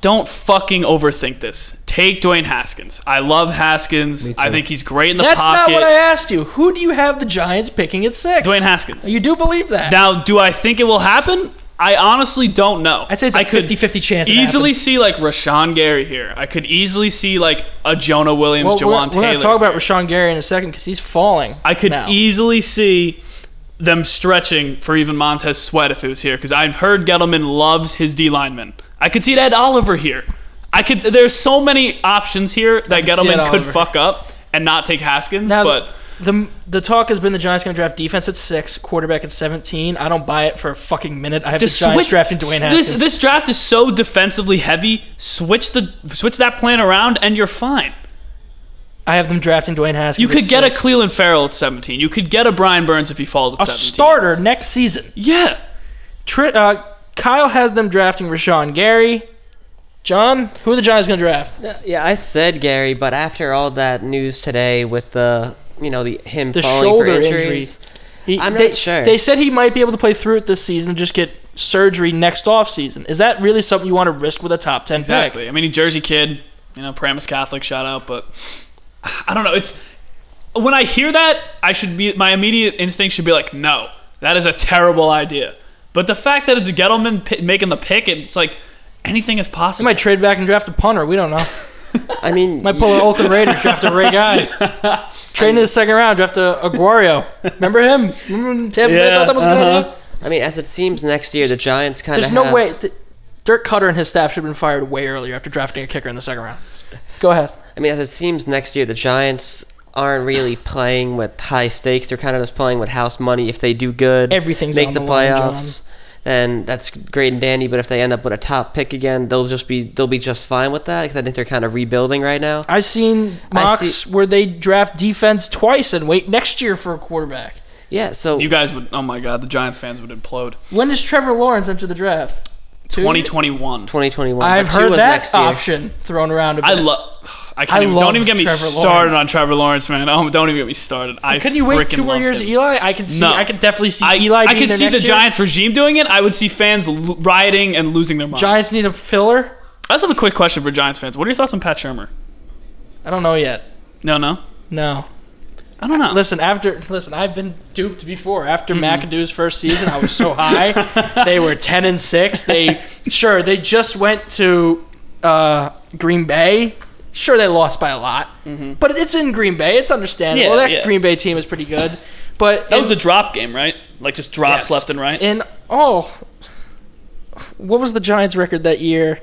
don't fucking overthink this. Take Dwayne Haskins. I love Haskins. I think he's great in the
That's
pocket.
not what I asked you. Who do you have the Giants picking at six?
Dwayne Haskins.
You do believe that?
now, do I think it will happen? I honestly don't know.
I'd say it's a
I could
50-50 chance. it
Easily
happens.
see like Rashawn Gary here. I could easily see like a Jonah Williams,
Well, we're,
Jawan
we're
Taylor.
gonna talk about Rashawn Gary in a second because he's falling.
I could
now.
easily see them stretching for even Montez Sweat if it was here, because I've heard Gettleman loves his D lineman. I could see Ed Oliver here. I could. There's so many options here that
could see Ed
Gettleman could
Oliver.
fuck up and not take Haskins,
Now,
but
the the talk has been the Giants gonna draft defense at six, quarterback at seventeen. I don't buy it for a fucking minute. I have
just
the Giants
switch-
drafting Dwayne Haskins.
This this draft is so defensively heavy. Switch the switch that plan around, and you're fine.
I have them drafting Dwayne Haskins.
You could
at
get a
six.
Cleveland Farrell at 17. You could get a Brian Burns if he falls at
a
17.
starter next season.
Yeah.
Tri- uh, Kyle has them drafting Rashawn Gary. John, who are the Giants going to draft?
Yeah, yeah, I said Gary, but after all that news today with the you know the him
The
falling
shoulder
for
injury.
injuries,
He-
I'm
they,
not sure.
They said he might be able to play through it this season, just get surgery next off season. Is that really something you want to risk with a top 10 pick?
Exactly. I mean, a Jersey kid, you know, Paramus Catholic, shout out, but I don't know. It's when I hear that, I should be my immediate instinct should be like, no, that is a terrible idea. But the fact that it's Gettleman pi making the pick, it's like anything is
He
possible.
might trade back and draft a punter. We don't know.
I mean,
Might pull an Oakland Raiders, draft a Ray Guy. Trade in the second round, draft a Aguario. Remember him? Remember when Tampa Bay thought that was a good idea?
I mean, as it seems next year the Giants kind of
There's no way. Th- Dirk Cutter and his staff should have been fired way earlier after drafting a kicker in the second round. Go ahead.
I mean, as it seems next year the Giants aren't really playing with high stakes. They're kind of just playing with house money. If they do good,
Everything's
make
on
the,
the line, John.
playoffs. Then that's great and dandy, but if they end up with a top pick again, they'll just be they'll be just fine with that. 'cause I think they're kind of rebuilding right now.
I've seen
I
mocks
see-
where they draft defense twice and wait next year for a quarterback.
Yeah, so
you guys would, oh my God, the Giants fans would implode.
When does Trevor Lawrence enter the draft? Two?
2021.
2021.
I've
but two
heard
was
that
next year.
option thrown around a bit.
I love. I can't
I
even,
love
don't even get me
Trevor
started
Lawrence.
on Trevor Lawrence, man. Oh, don't even get me started. I
Couldn't you wait
freaking
two more
love
years
him.
at Eli? I can see.
No.
I can definitely see
I,
Eli.
I
being
could
there
see the
next year.
Giants regime doing it. I would see fans l- rioting and losing their minds.
Giants need a filler.
I also have a quick question for Giants fans. What are your thoughts on Pat Shermer?
I don't know yet.
No, no.
No.
I don't know.
Listen, after listen, I've been duped before. After
Mm-hmm.
McAdoo's first season, I was so high. they were ten and six. They sure they just went to uh, Green Bay. Sure, they lost by a lot, but it's in Green Bay. It's understandable.
Mm-hmm. Yeah,
that
yeah.
Green Bay team is pretty good, but
that was the drop game, right? Like just drops
Yes.
left and right.
in oh, what was the Giants' record that year?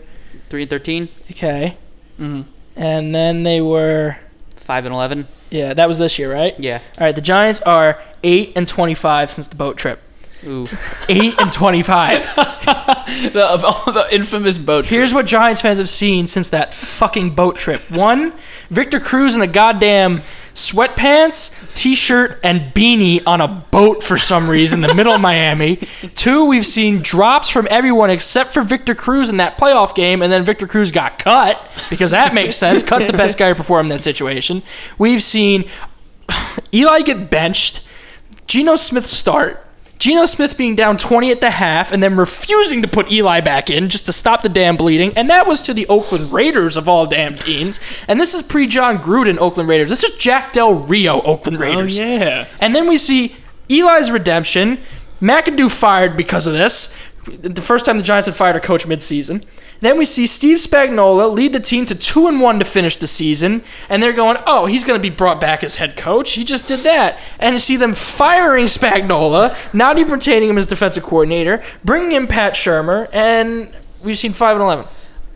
Three and thirteen,
Okay,
Mm-hmm.
and then they were
five and eleven.
yeah, that was this year, right?
Yeah.
All right, the Giants are eight and twenty-five since the boat trip.
Ooh.
Eight and twenty-five.
the, of all the infamous boat. trip.
Here's what Giants fans have seen since that fucking boat trip. One, Victor Cruz in a goddamn sweatpants, t-shirt, and beanie on a boat for some reason in the middle of Miami. Two, we've seen drops from everyone except for Victor Cruz in that playoff game, and then Victor Cruz got cut because that makes sense. Cut the best guy to perform in that situation. We've seen Eli get benched, Geno Smith start. Geno Smith being down 20 at the half and then refusing to put Eli back in just to stop the damn bleeding. And that was to the Oakland Raiders of all damn teams. And this is pre John Gruden Oakland Raiders. This is Jack Del Rio Oakland
oh
Raiders.
yeah.
And then we see Eli's redemption. McAdoo fired because of this. The first time the Giants had fired a coach midseason. Then we see Steve Spagnuolo lead the team to two and one to finish the season, and they're going, "Oh, he's going to be brought back as head coach. He just did that." And you see them firing Spagnuolo, not even retaining him as defensive coordinator, bringing in Pat Shermer, and we've seen five and eleven.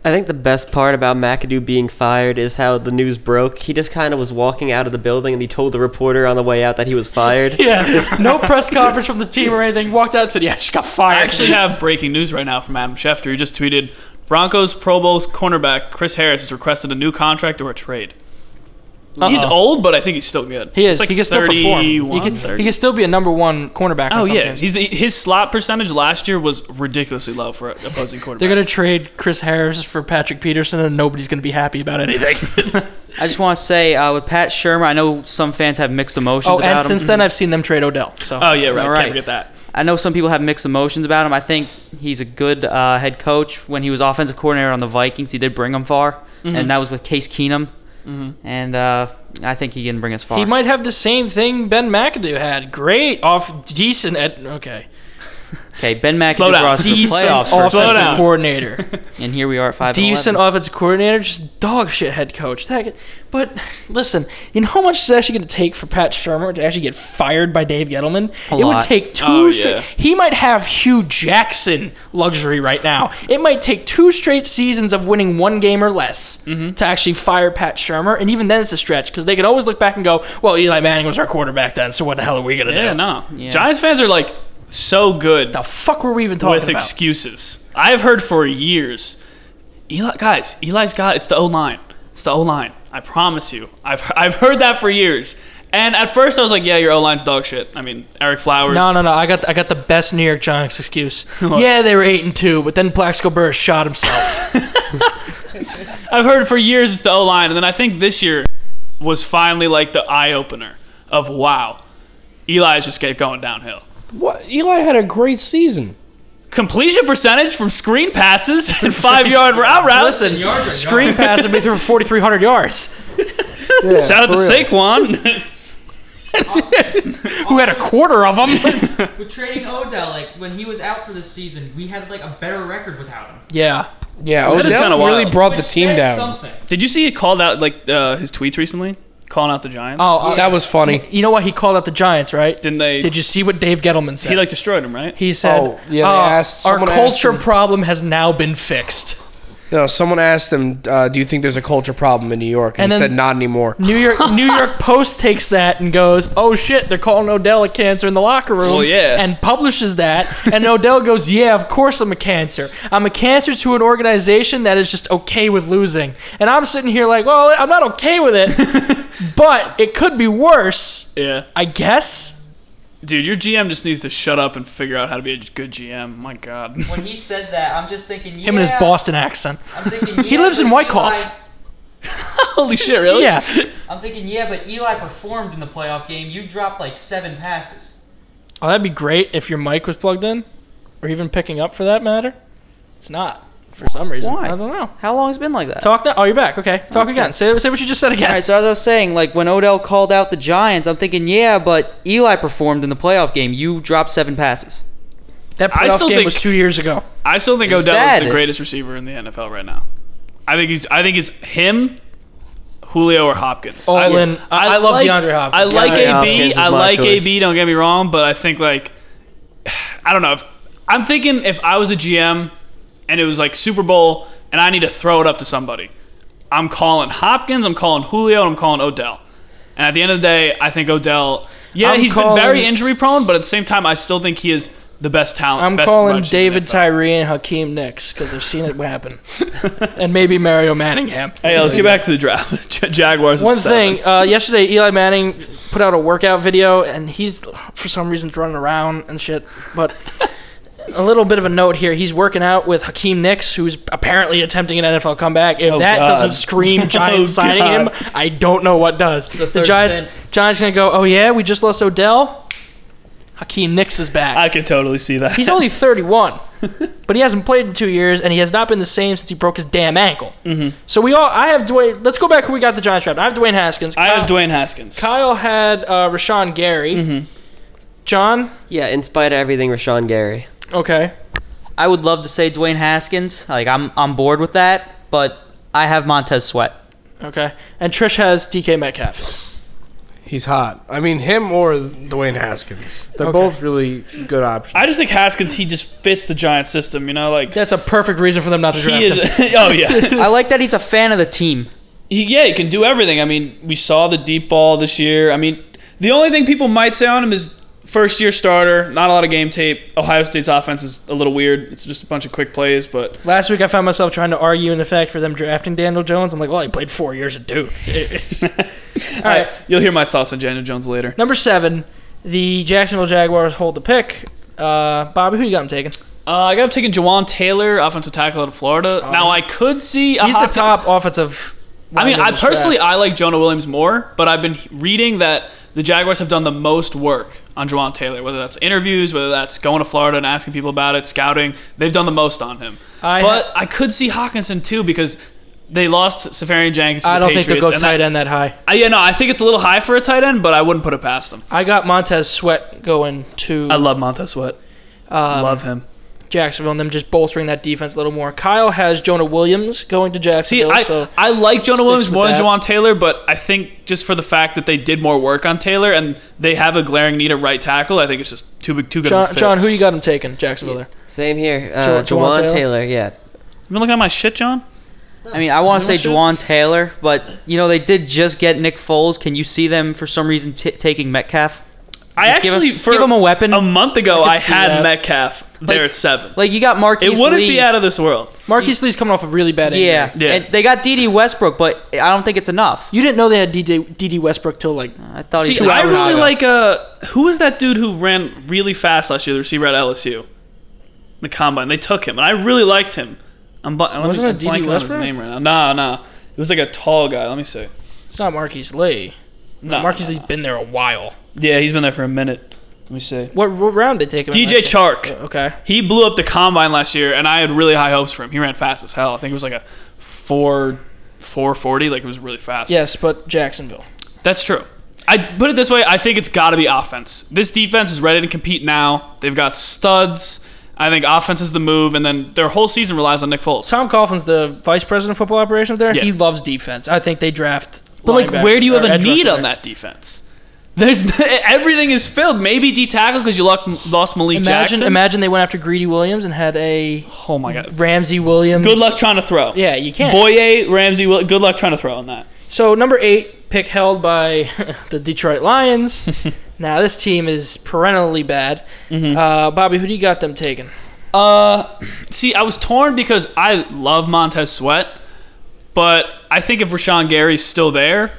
I think the best part about McAdoo being fired is how the news broke. He just kind of was walking out of the building and he told the reporter on the way out that he was fired.
Yeah, no press conference from the team or anything. Walked out and said, "Yeah, I just got
I
fired."
actually have breaking news right now from Adam Schefter. He just tweeted: Broncos Pro Bowl's cornerback Chris Harris has requested a new contract or a trade. He's
Uh-oh.
old, but I think he's still good.
He is.
He's like
he can still perform. He
31,
can,
30.
he can still be a number one cornerback. on
Oh
some
yeah,
teams.
he's the, his slot percentage last year was ridiculously low for opposing quarterbacks.
They're gonna trade Chris Harris for Patrick Peterson, and nobody's gonna be happy about anything.
I just want to say uh, with Pat Shermer, I know some fans have mixed emotions
oh,
about
and
him.
since then I've seen them trade Odell. So
oh yeah, right.
All
Can't
right.
forget that.
I know some people have mixed emotions about him. I think he's a good uh, head coach. When he was offensive coordinator on the Vikings, he did bring them far,
Mm-hmm.
and that was with Case Keenum. And uh, I think he can bring us far.
he might have the same thing Ben McAdoo had. Great off, decent at okay,
okay, Ben McAdoo
Slow down.
brought us to the
decent
playoffs, for a
offensive
down.
second,
coordinator,
and here we are at five.
decent offensive coordinator, just dog shit head coach. That, but listen, you know how much is actually gonna take for Pat Shermer to actually get fired by Dave Gettleman? it would
lot.
take two
Oh,
straight.
yeah.
He might have Hugh Jackson luxury right now. It might take two straight seasons of winning one game or less
Mm-hmm.
to actually fire Pat Shermer, and even then it's a stretch because they could always look back and go, "Well, Eli Manning was our quarterback then, so what the hell are we gonna
Yeah,
do?"
no. Giants fans are like so good
The fuck were we even talking
with
about?
excuses. I've heard for years, Eli, guys, Eli's got it's the O line. It's the O line. I promise you. I've I've heard that for years. And at first I was like, yeah, your O line's dog shit. I mean, Eric Flowers.
No, no, no. I got I got the best New York Giants excuse. yeah, they were eight and two, but then Plaxico Burris shot himself.
I've heard for years it's the O line, and then I think this year was finally like the eye opener of wow, Eli's just kept going downhill.
What? Eli had a great season.
Completion percentage from screen passes and five yard route routes.
Listen, screen pass and me through for forty three hundred yards.
Yeah,
shout out to
for real.
Saquon.
Who had a quarter of them?
With trading Odell, like when he was out for this season, we had like a better record without him.
yeah.
Yeah,
is kinda
Odell really
wild.
brought the team down.
Did you see he called out like uh, his tweets recently, calling out the Giants?
Oh, uh,
That was funny.
you know what? He called out the Giants, right?
didn't they?
Did you see what Dave Gettleman said?
He like destroyed him, right?
He said, "Uh,
Oh, yeah, they asked-
our
someone asked
culture
him-
problem has now been fixed.
No, someone asked him, uh, "Do you think there's a culture problem in New York?" And,
And
he
then-
said, "Not anymore."
New York New York Post takes that and goes, "Oh shit, they're calling Odell a cancer in the locker room."
Well, yeah.
And publishes that, and Odell goes, "Yeah, of course I'm a cancer. I'm a cancer to an organization that is just okay with losing." And I'm sitting here like, "Well, I'm not okay with it, but it could be worse,
yeah,
I guess."
dude, your GM just needs to shut up and figure out how to be a good GM. My God.
When he said that, I'm just thinking.
Him and his Boston accent.
I'm thinking,
He lives in Wyckoff.
Holy shit, really?
Yeah.
I'm thinking, yeah, but Eli performed in the playoff game. You dropped like seven passes.
Oh, that'd be great if your mic was plugged in, or even picking up for that matter. It's not for some reason.
Why?
I don't know.
How long has it been like that?
Talk now. Oh, you're back. Okay. Talk again. Say, say what you just said again.
All right, so as I was saying, like when Odell called out the Giants, I'm thinking, yeah, but Eli performed in the playoff game. You dropped seven passes.
That
I
playoff
still
game
think-
was two years ago.
I still think
He's
Odell
bad.
is the greatest receiver in the NFL right now. I think he's. I think it's him, Julio or Hopkins.
All
I,
in. I- I love DeAndre Hopkins.
I like
DeAndre
AB.
Hopkins is
I
my
like
choice.
AB. Don't get me wrong, but I think like, I don't know. If, I'm thinking if I was a GM, and it was like Super Bowl, and I need to throw it up to somebody, I'm calling Hopkins. I'm calling Julio. And I'm calling Odell. And at the end of the day, I think Odell. Yeah,
I'm
he's
calling-
been very injury prone, but at the same time, I still think he is the best talent.
I'm
best wide
calling
receiver in the
David
NFL.
Tyree and Hakeem Nicks because I've seen it happen, and maybe Mario Manningham.
Hey, let's get back to the draft. Ja- Jaguars. at
One
seven.
thing. Uh, yesterday, Eli Manning put out a workout video, and he's for some reason running around and shit. But a little bit of a note here: he's working out with Hakeem Nicks, who's apparently attempting an NFL comeback. If that
Oh, God. Oh,
doesn't scream Giants signing him, I don't know what does. The,
third
Giants,
stint.
Giants gonna go. Oh yeah, we just lost Odell. Hakeem Nicks is back.
I could totally see that.
He's only 31, but he hasn't played in two years, and he has not been the same since he broke his damn ankle. Mm-hmm. So we all, I have Dwayne. Let's go back who we got the Giants draft. I have Dwayne Haskins.
I
Kyle,
have Dwayne Mm-hmm. Haskins.
Kyle had uh, Rashawn Gary. John,
Yeah, in spite of everything, Rashawn Gary.
okay.
I would love to say Dwayne Haskins. Like I'm on board with that, but I have Montez Sweat.
Okay. And Trish has DK Metcalf.
He's hot. I mean, him or Dwayne Haskins. They're
Okay.
both really good options.
I just think Haskins. He just fits the Giants system. You know, like
That's a perfect reason for them not to draft
he is.
him.
oh yeah.
I like that he's a fan of the team.
he, yeah, he can do everything. I mean, we saw the deep ball this year. I mean, the only thing people might say on him is first year starter, not a lot of game tape. Ohio State's offense is a little weird. It's just a bunch of quick plays, but
Last week, I found myself trying to argue in the fact for them drafting Daniel Jones. I'm like, well, he played four years at Duke.
all
right.
you'll hear my thoughts on Daniel Jones later.
Number seven, the Jacksonville Jaguars hold the pick. Uh, Bobby, who you got him taking?
Uh, I got him taking Jawan Taylor, offensive tackle out of Florida. now I could see a
He's the
Hopkins-
top offensive.
Uh, I mean,
lineman
I
in this
personally
draft.
I like Jonah Williams more, but I've been reading that the Jaguars have done the most work on Juwan Taylor, whether that's interviews, whether that's going to Florida and asking people about it, scouting. They've done the most on him.
I
but
ha-
I could see Hawkinson too because they lost Safarian Jenkins. To
I
the
don't
Patriots,
think they'll go
and
tight end that high.
I, yeah, no, I think it's a little high for a tight end, but I wouldn't put it past him.
I got Montez Sweat going to
I love Montez Sweat.
um,
love him.
Jacksonville and them just bolstering that defense a little more. Kyle has Jonah Williams going to
See,
Jacksonville.
I,
so
I like Jonah
sticks
Williams
with
more than
that.
Jawan Taylor, but I think just for the fact that they did more work on Taylor and they have a glaring need at right tackle, I think it's just too big, too good. of a
John,
fit.
John, who you got him taking? Jacksonville there.
Same here. Uh,
Ju- Juwan
Jawan Taylor.
Taylor,
yeah.
You been looking at my shit, John?
I mean, I want to say
shit.
Juwan Taylor, but you know they did just get Nick Foles. Can you see them for some reason t- taking Metcalf?
I
Just give
actually
him-
for
give him a weapon.
A month ago,
I
I,
could see
had
that.
Metcalf there at seven.
Like you got Marquise
it wouldn't
Lee.
be out of this world.
Marquise Lee's coming off a really bad injury.
yeah.
Yeah.
And they got D.D. Westbrook, but I don't think it's enough.
You didn't know they had DJ DD Westbrook till like
I thought he
See,
was
I
out.
really like uh, who was that dude who ran really fast last year? The receiver at LSU, the combine. They took him, and I really liked him. I'm, bu- I'm
Wasn't
just
it D.D.
blanking on his
Westbrook?
name right now. Nah, nah. It was like a tall guy. Let me see.
it's not Marquise Lee.
No,
Marquise Lee's been there a while.
Yeah, he's been there for a minute. Let me see.
What, what round did they take him? in
DJ
last year?
Chark.
Okay.
He blew up the combine last year, and I had really high hopes for him. He ran fast as hell. I think it was like a four, four forty. Like it was really fast.
Yes, but Jacksonville.
That's true. I put it this way: I think it's got to be offense. This defense is ready to compete now. They've got studs. I think offense is the move, and then their whole season relies on Nick Foles.
Tom Coughlin's the vice president of football operations there.
Yeah.
He loves defense. I think they draft.
But like, where do you have a need on
that?
that defense? There's everything is filled. Maybe D tackle because you lost, lost Malik
Imagine,
Jackson.
imagine they went after Greedy Williams and had a
oh my god.
Ramsey Williams.
Good luck trying to throw.
Yeah, you can't.
Boye Ramsey. Will- Good luck trying to throw on that.
So number eight pick held by the Detroit Lions. now this team is perennially bad. Uh, Bobby, who do you got them taking?
Uh, see, I was torn because I love Montez Sweat, but I think if Rashawn Gary's still there,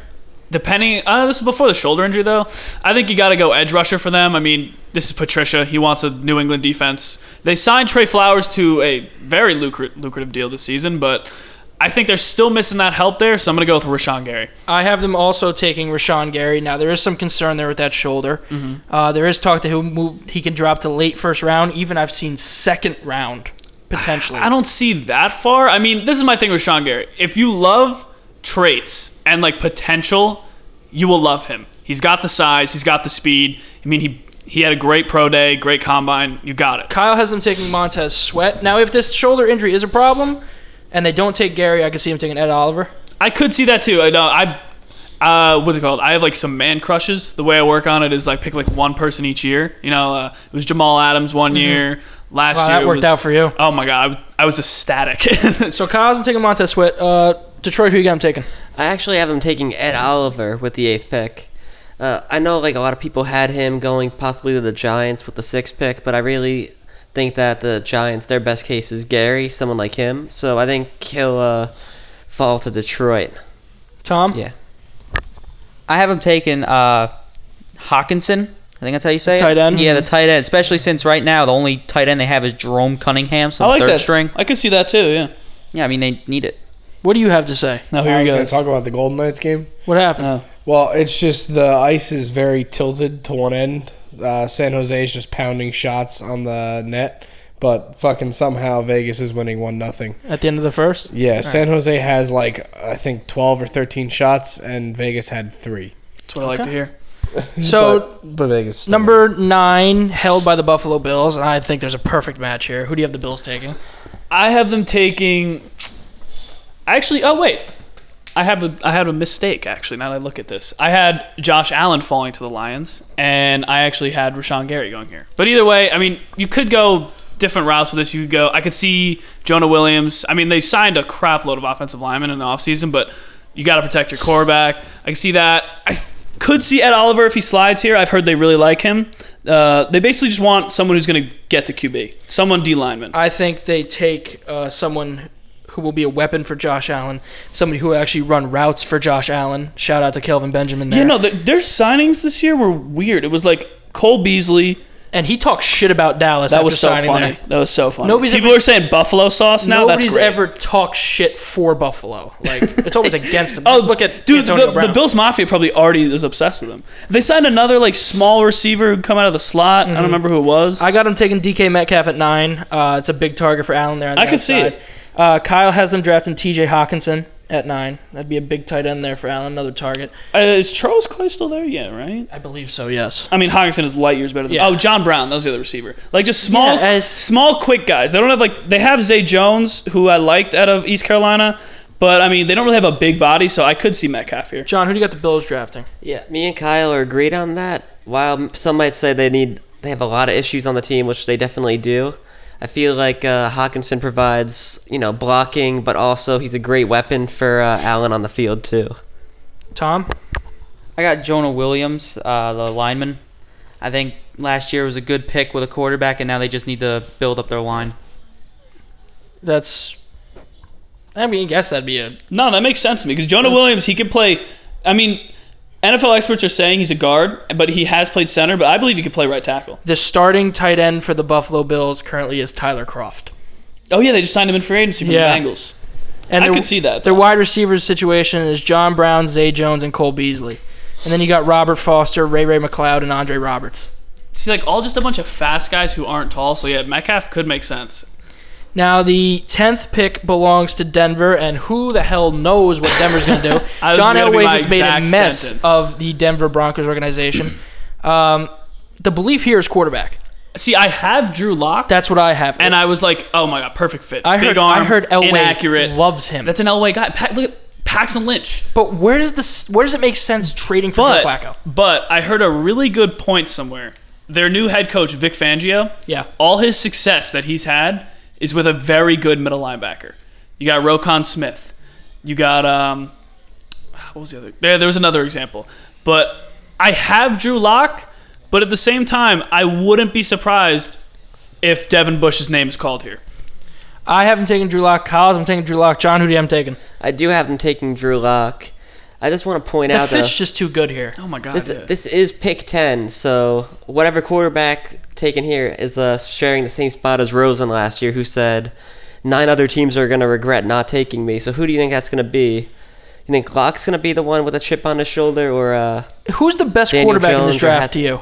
depending, uh, this was before the shoulder injury though. I think you got to go edge rusher for them. I mean, this is Patricia. He wants a New England defense. They signed Trey Flowers to a very lucrat- lucrative deal this season, but I think they're still missing that help there. So I'm gonna go with Rashawn Gary.
I have them also taking Rashawn Gary. Now there is some concern there with that shoulder. Uh, there is talk that he'll move. He can drop to late first round. Even I've seen second round potentially.
I don't see that far. I mean, this is my thing with Sean Gary. If you love traits and like potential, you will love him. He's got the size, he's got the speed. I mean, he he had a great pro day, great combine. You got it.
Kyle has them taking Montez Sweat. Now if this shoulder injury is a problem, and they don't take Gary, I can see him taking Ed Oliver.
I could see that too. I know I uh, what's it called? I have like some man crushes. The way I work on it is like pick like one person each year. You know, uh, it was Jamal Adams one year. Last
Wow,
year
Mm-hmm. that
it
worked
was-
out for you.
Oh my god, I, I was ecstatic.
So Kyle's I'm taking Montez Sweat. Uh, Detroit, who you got him taking?
I actually have him taking Ed Oliver with the eighth pick. Uh, I know like a lot of people had him going possibly to the Giants with the sixth pick, but I really think that the Giants, their best case is Gary, someone like him. So I think he'll uh, fall to Detroit.
Tom.
Yeah.
I have him taking uh, Hawkinson. I think that's how you say it.
tight end?
Mm-hmm.
Yeah, the tight end. Especially since right now the only tight end they have is Jerome Cunningham, so
I like
third
that.
string.
I could see that too. Yeah.
Yeah, I mean they need it.
What do you have to say?
Now
I
here
was
you
going
go.
to talk about the Golden Knights game.
What happened?
Well, it's just the ice is very tilted to one end. Uh, San Jose is just pounding shots on the net, but fucking somehow Vegas is winning one nothing.
At the end of the first?
Yeah, San Jose has like I think twelve or thirteen shots, and Vegas had three.
That's what I like to hear.
So
but, but Vegas still won.
number nine held by the Buffalo Bills, and I think there's a perfect match here. Who do you have the Bills taking?
I have them taking. Actually, oh wait, I have a I had a mistake. Actually, now that I look at this, I had Josh Allen falling to the Lions, and I actually had Rashawn Gary going here. But either way, I mean, you could go different routes with this. You could go. I could see Jonah Williams. I mean, they signed a crap load of offensive linemen in the offseason, but you got to protect your quarterback. I can see that. I th- could see Ed Oliver if he slides here. I've heard they really like him. Uh, they basically just want someone who's going to get the QB, someone D lineman.
I think they take uh, someone who will be a weapon for Josh Allen, somebody who will actually run routes for Josh Allen. Shout out to Kelvin Benjamin there.
Yeah, no, the, their signings this year were weird. It was like Cole Beasley.
and he talks shit about Dallas.
That
after
was so
signing
funny.
there.
That was so funny.
Nobody's
People
ever-
are saying buffalo sauce now. That's
Nobody's
great.
ever talked shit for Buffalo. Like it's always against them.
Oh,
Just look at
dude,
Antonio
the,
Brown.
the Bills Mafia probably already is obsessed with them. They signed another like small receiver who come out of the slot. I don't remember who it was.
Mm-hmm. I got him taking DK Metcalf at nine. Uh, it's a big target for Allen there. On the
I could see
outside. Uh, Kyle has them drafting TJ Hawkinson at nine. That'd be a big tight end there for Allen, another target.
Uh, is Charles Clay still there? Yeah, right.
I believe so. Yes.
I mean, Hawkinson is light years better than.
Yeah.
Oh, John Brown. That was the other receiver. Like just small,
Yeah, as-
small, quick guys. They don't have like they have Zay Jones, who I liked out of East Carolina, but I mean they don't really have a big body, so I could see Metcalf here.
John, who do you got the Bills drafting?
Yeah, me and Kyle are agreed on that. While some might say they need, they have a lot of issues on the team, which they definitely do. I feel like uh, Hawkinson provides, you know, blocking, but also he's a great weapon for uh, Allen on the field too.
Tom.
I got Jonah Williams, uh, the lineman. I think last year was a good pick with a quarterback, and now they just need to build up their line.
That's. I mean, I guess that'd be a.
No, that makes sense to me because Jonah Williams, he can play. I mean, NFL experts are saying he's a guard, but he has played center. But I believe he could play right tackle.
The starting tight end for the Buffalo Bills currently is Tyler Croft.
Oh yeah, they just signed him in free agency from
Yeah.
the Bengals.
And
I
their-
could see that.
Their wide receivers situation is John Brown, Zay Jones, and Cole Beasley. And then you got Robert Foster, Ray Ray McLeod, and Andre Roberts.
See, like all just a bunch of fast guys who aren't tall. So yeah, Metcalf could make sense.
Now the tenth pick belongs to Denver, and who the hell knows what Denver's going to do?
I was
John
gonna be
Elway
my
has made a
exact
mess
sentence.
of the Denver Broncos organization. Um, the belief here is quarterback.
See, I have Drew Lock,
That's what I have.
and I was like, oh my god, perfect fit.
I heard
Big arm,
I heard Elway
inaccurate.
loves him.
That's an Elway guy. Pa- look at Paxton Lynch.
but where does this? Where does it make sense trading for
But
Joe Flacco?
but I heard a really good point somewhere. Their new head coach Vic Fangio.
Yeah.
all his success that he's had is with a very good middle linebacker. You got Rokon Smith. You got um, what was the other? There, there was another example. But I have Drew Lock, but at the same time, I wouldn't be surprised if Devin Bush's name is called here.
I haven't taken Drew Lock. Kyle's. I'm taking Drew Lock. John, who do you have taking?
I do have them taking Drew Lock. I just want to point
The
out uh, though,
fit's just too good here.
Oh my God!
this,
yeah.
this is pick 10, so whatever quarterback taken here is uh, sharing the same spot as Rosen last year, who said, Nine other teams are going to regret not taking me. So who do you think that's going to be? You think Locke's going to be the one with a chip on his shoulder, or uh,
Who's the best
Daniel
quarterback in this
Jones or
draft
Hath-
to you?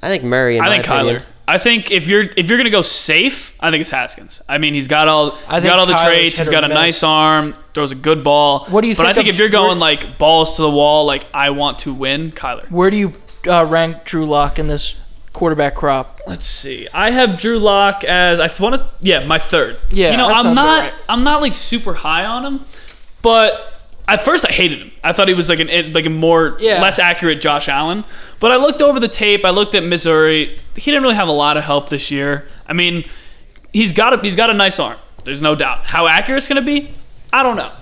I think Murray? In
I
my
think
opinion.
Kyler. I think if you're if you're gonna go safe, I think it's Haskins. I mean, he's got all he's
think
got all the
Kyler's
traits. He's
hit or
got a
miss.
nice arm. Throws a good ball.
What do you
But
think
I think
of-
if you're
where-
going like balls to the wall, like I want to win, Kyler.
Where do you uh, rank Drew Lock in this quarterback crop?
Let's see. I have Drew Lock as I want to. Yeah, my third.
Yeah,
You know,
that
I'm
sounds about
not
right.
I'm not like super high on him, but at first I hated him. I thought he was like an like a more
Yeah.
less accurate Josh Allen. But I looked over the tape. I looked at Missouri. He didn't really have a lot of help this year. I mean, he's got a he's got a nice arm. There's no doubt. How accurate it's gonna be, I don't know.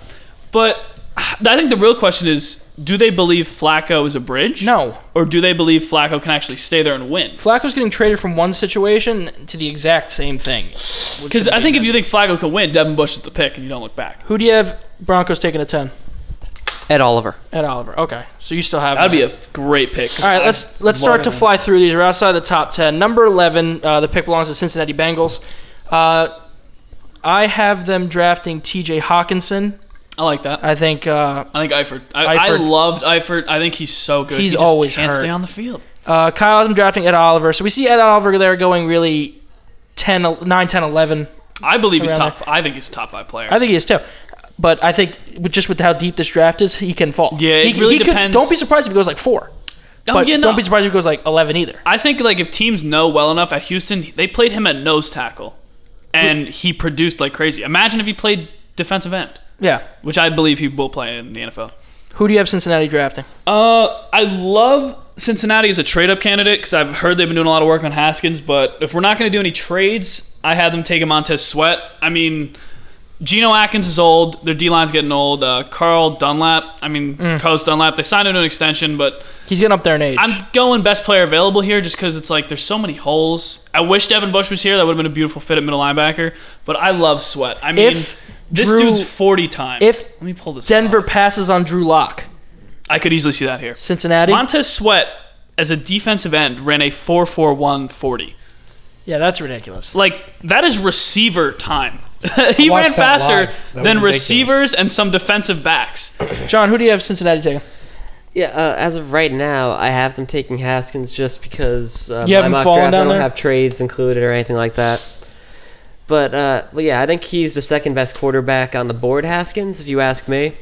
But I think the real question is, do they believe Flacco is a bridge?
No.
Or do they believe Flacco can actually stay there and win?
Flacco's getting traded from one situation to the exact same thing.
Because I think if you think Flacco can win, Devin Bush is the pick, and you don't look back.
Who do you have Broncos taking at 10?
Ed Oliver.
At Oliver. Okay. So you still have
That'd
him.
be a great pick.
All right, let's let's start to fly through these. We're outside the top 10. Number 11, uh, the pick belongs to Cincinnati Bengals. Uh, I have them drafting TJ Hawkinson.
I like that.
I think uh,
I think Eifert. I, I
Eifert.
loved Eifert. I think he's so good.
He's
he just
always
can't
hurt.
stay on the field.
Uh, Kyle Osmond drafting Ed Oliver. So we see Ed Oliver there going really 10, 9, 10, 11.
I believe he's
Around
top. I think he's a top five player.
I think he is too. But I think with just with how deep this draft is, he can fall.
Yeah, it
he,
really
he
depends.
don't be surprised if he goes like four.
Oh,
But
yeah, no.
don't be surprised if he goes like 11 either.
I think like if teams know well enough at Houston, they played him at nose tackle, and he produced like crazy. Imagine if he played defensive end,
Yeah.
which I believe he will play in the NFL.
Who do you have Cincinnati drafting?
Uh, I love Cincinnati as a trade up candidate because I've heard they've been doing a lot of work on Haskins. But if we're not going to do any trades, I had them take a Montez Sweat. I mean, Geno Atkins is old. Their D line's getting old. Uh, Carl Dunlap. I mean,
Mm.
Carlos Dunlap. They signed him to an extension, but
He's getting up there in age.
I'm going best player available here just because it's like there's so many holes. I wish Devin Bush was here. That would have been a beautiful fit at middle linebacker. But I love Sweat. I mean,
If
this
Drew-
dude's 40 times.
if
Let me pull this.
Denver
up.
passes on Drew Lock.
I could easily see that here.
Cincinnati.
Montez Sweat as a defensive end ran a 4.4140.
yeah, that's ridiculous.
Like that is receiver time. he ran
watched that
faster
live. That was
than
ridiculous.
receivers and some defensive backs.
John, who do you have Cincinnati taking?
Yeah, uh, as of right now, I have them taking Haskins just because uh,
You
my
haven't
mock
fallen
draft I
down
don't
there?
have trades included or anything like that. But uh, well, yeah, I think he's the second best quarterback on the board, Haskins, if you ask me.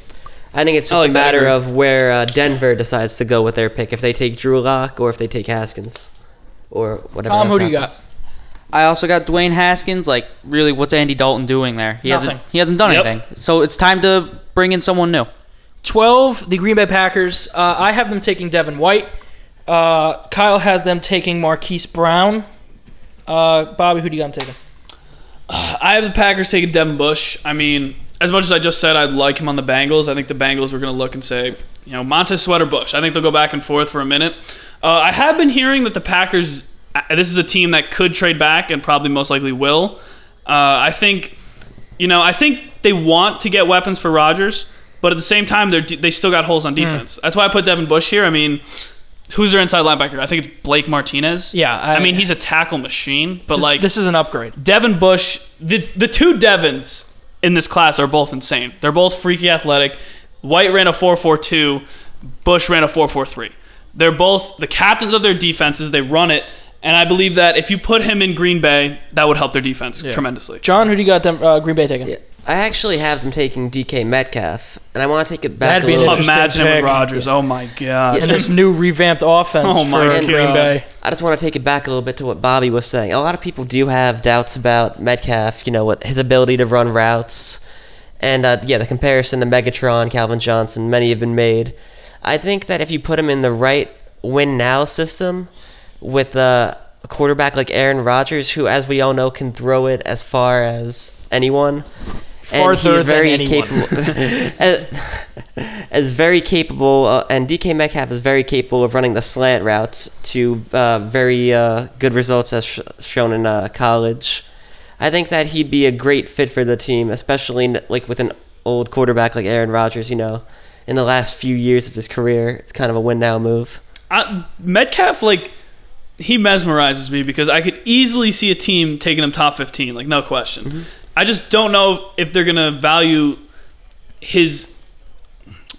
I think it's
Oh,
just a
that, I
matter
agree.
of where uh, Denver decides to go with their pick, if they take Drew Lock or if they take Haskins, or whatever.
Tom,
else
who do you got?
happens.
I also got Dwayne Haskins. Like, really, what's Andy Dalton doing there? He
Nothing.
hasn't. He hasn't done
Yep.
anything. So it's time to bring in someone new.
12, the Green Bay Packers. Uh, I have them taking Devin White. Uh, Kyle has them taking Marquise Brown. Uh, Bobby, who do you got them taking?
I have the Packers taking Devin Bush. I mean, as much as I just said I'd like him on the Bengals, I think the Bengals were going to look and say, you know, Montez Sweat or Bush. I think they'll go back and forth for a minute. Uh, I have been hearing that the Packers. uh, This is a team that could trade back and probably most likely will. Uh, I think, you know, I think they want to get weapons for Rodgers, but at the same time, they are they still got holes
Hmm.
on defense. That's why I put Devin Bush here. I mean, who's their inside linebacker? I think it's Blake Martinez.
Yeah,
I,
I-
mean he's a tackle machine, but
This-
like
this is an upgrade.
Devin Bush, the the two Devons in this class are both insane. They're both freaky athletic. White ran a 4.42, Bush ran a 4.43. They're both the captains of their defenses. They run it, and I believe that if you put him in Green Bay, that would help their defense tremendously.
John, who do you got them, uh, Green Bay taking?
Yeah. I actually have them taking DK Metcalf, and I want to take it back
That'd
a
be an
little.
interesting
Imagine it
pick.
with Rodgers. Oh my god.
And this new revamped offense
Oh my
for
God.
Green Bay.
I just want to take it back a little bit to what Bobby was saying. A lot of people do have doubts about Metcalf, you know, what his ability to run routes. And uh, yeah, the comparison to Megatron, Calvin Johnson, many have been made. I think that if you put him in the right win now system with uh, a quarterback like Aaron Rodgers, who, as we all know, can throw it as far as anyone,
Farther than anyone.
as, as very capable, uh, and DK Metcalf is very capable of running the slant routes to uh, very uh, good results as sh- shown in uh, college. I think that he'd be a great fit for the team, especially n- like with an old quarterback like Aaron Rodgers. You know, in the last few years of his career, it's kind of a win now move.
I, Metcalf, like, he mesmerizes me because I could easily see a team taking him top 15, like, no question.
Mm-hmm.
I just don't know if they're going to value his.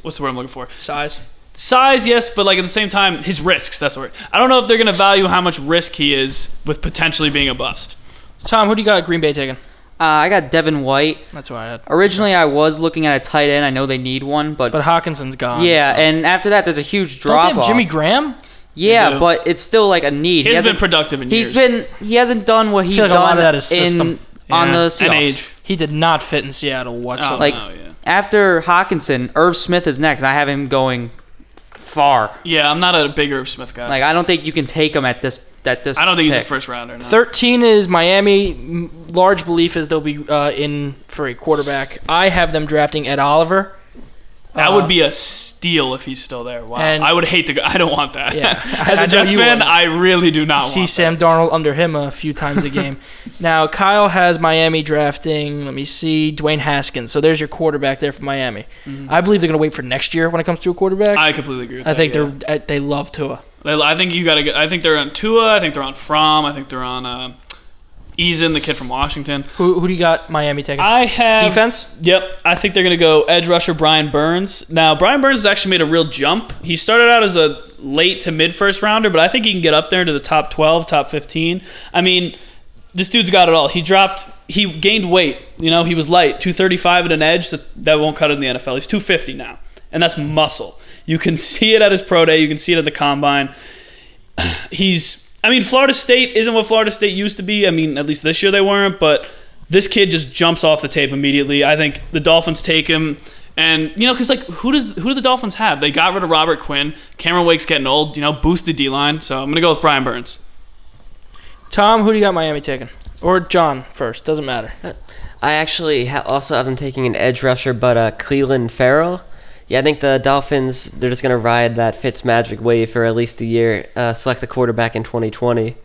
What's the word I'm looking for?
Size.
Size, yes, but like at the same time, his risks. That's the word. I don't know if they're going to value how much risk he is with potentially being a bust.
Tom, who do you got Green Bay taking?
Uh, I got Devin White.
That's what I had.
Originally, I was looking at a tight end. I know they need one, but,
But Hawkinson's gone.
yeah.
so-
And after that, there's a huge
Don't
drop
they have
off.
Jimmy Graham?
yeah,
do.
but it's still like a need.
He has been
hasn't-
productive in years.
He's been. He hasn't done what he's
like a
done
lot of that is
in
system.
on
Yeah,
the
and
Seahawks.
age.
He did not fit in Seattle whatsoever.
Oh,
Like
no, yeah.
after Hawkinson, Irv Smith is next. I have him going far.
Yeah, I'm not a big Irv Smith guy.
Like I don't think you can take him at this. At this.
I don't think he's a
pick.
first rounder. No.
13 is Miami. M- Large belief is they'll be uh, in for a quarterback. I have them drafting Ed Oliver.
That
Uh,
would be a steal if he's still there. Wow.
and-
I would hate to go. I don't want that.
Yeah.
As a
I- I know
Jets
you
fan,
wouldn't.
I really do not
See
want
Sam Darnold under him a few times a game. now, Kyle has Miami drafting, let me see, Dwayne Haskins. So there's your quarterback there for Miami. I believe they're going to wait for next year when it comes to a quarterback.
that.
Mm-hmm. I,
I completely agree with that,
think
yeah.
they're I, they love Tua.
They- I think you got to get. I think they're on Tua. I think they're on Fromm. I think they're on uh, Eason, the kid from Washington.
Who, who do you got Miami taking?
I have.
Defense?
Yep. I think they're going to go edge rusher Brian Burns. Now, Brian Burns has actually made a real jump. He started out as a late to mid first rounder, but I think he can get up there into the top 12, top 15. I mean, this dude's got it all. He dropped, he gained weight. You know, he was light, 235 at an edge. That, that won't cut it in the NFL. He's 250 now, and that's muscle. You can see it at his pro day, you can see it at the combine he's I mean Florida State isn't what Florida State used to be. I mean at least this year they weren't, but this kid just jumps off the tape immediately. I think the Dolphins take him and you know cuz like who does who do the Dolphins have? They got rid of Robert Quinn. Cameron Wake's getting old, you know, boost the D-line. So I'm going to go with Brian Burns.
Tom, who do you got Miami taking? Or John first. Doesn't matter.
I actually ha- also have them taking an edge rusher, but uh, Cleveland Farrell. Yeah, I think the Dolphins, they're just going to ride that Fitz magic wave for at least a year, uh, select the quarterback in 2020.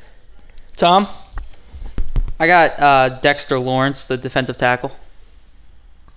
Tom?
I got uh, Dexter Lawrence, the defensive tackle.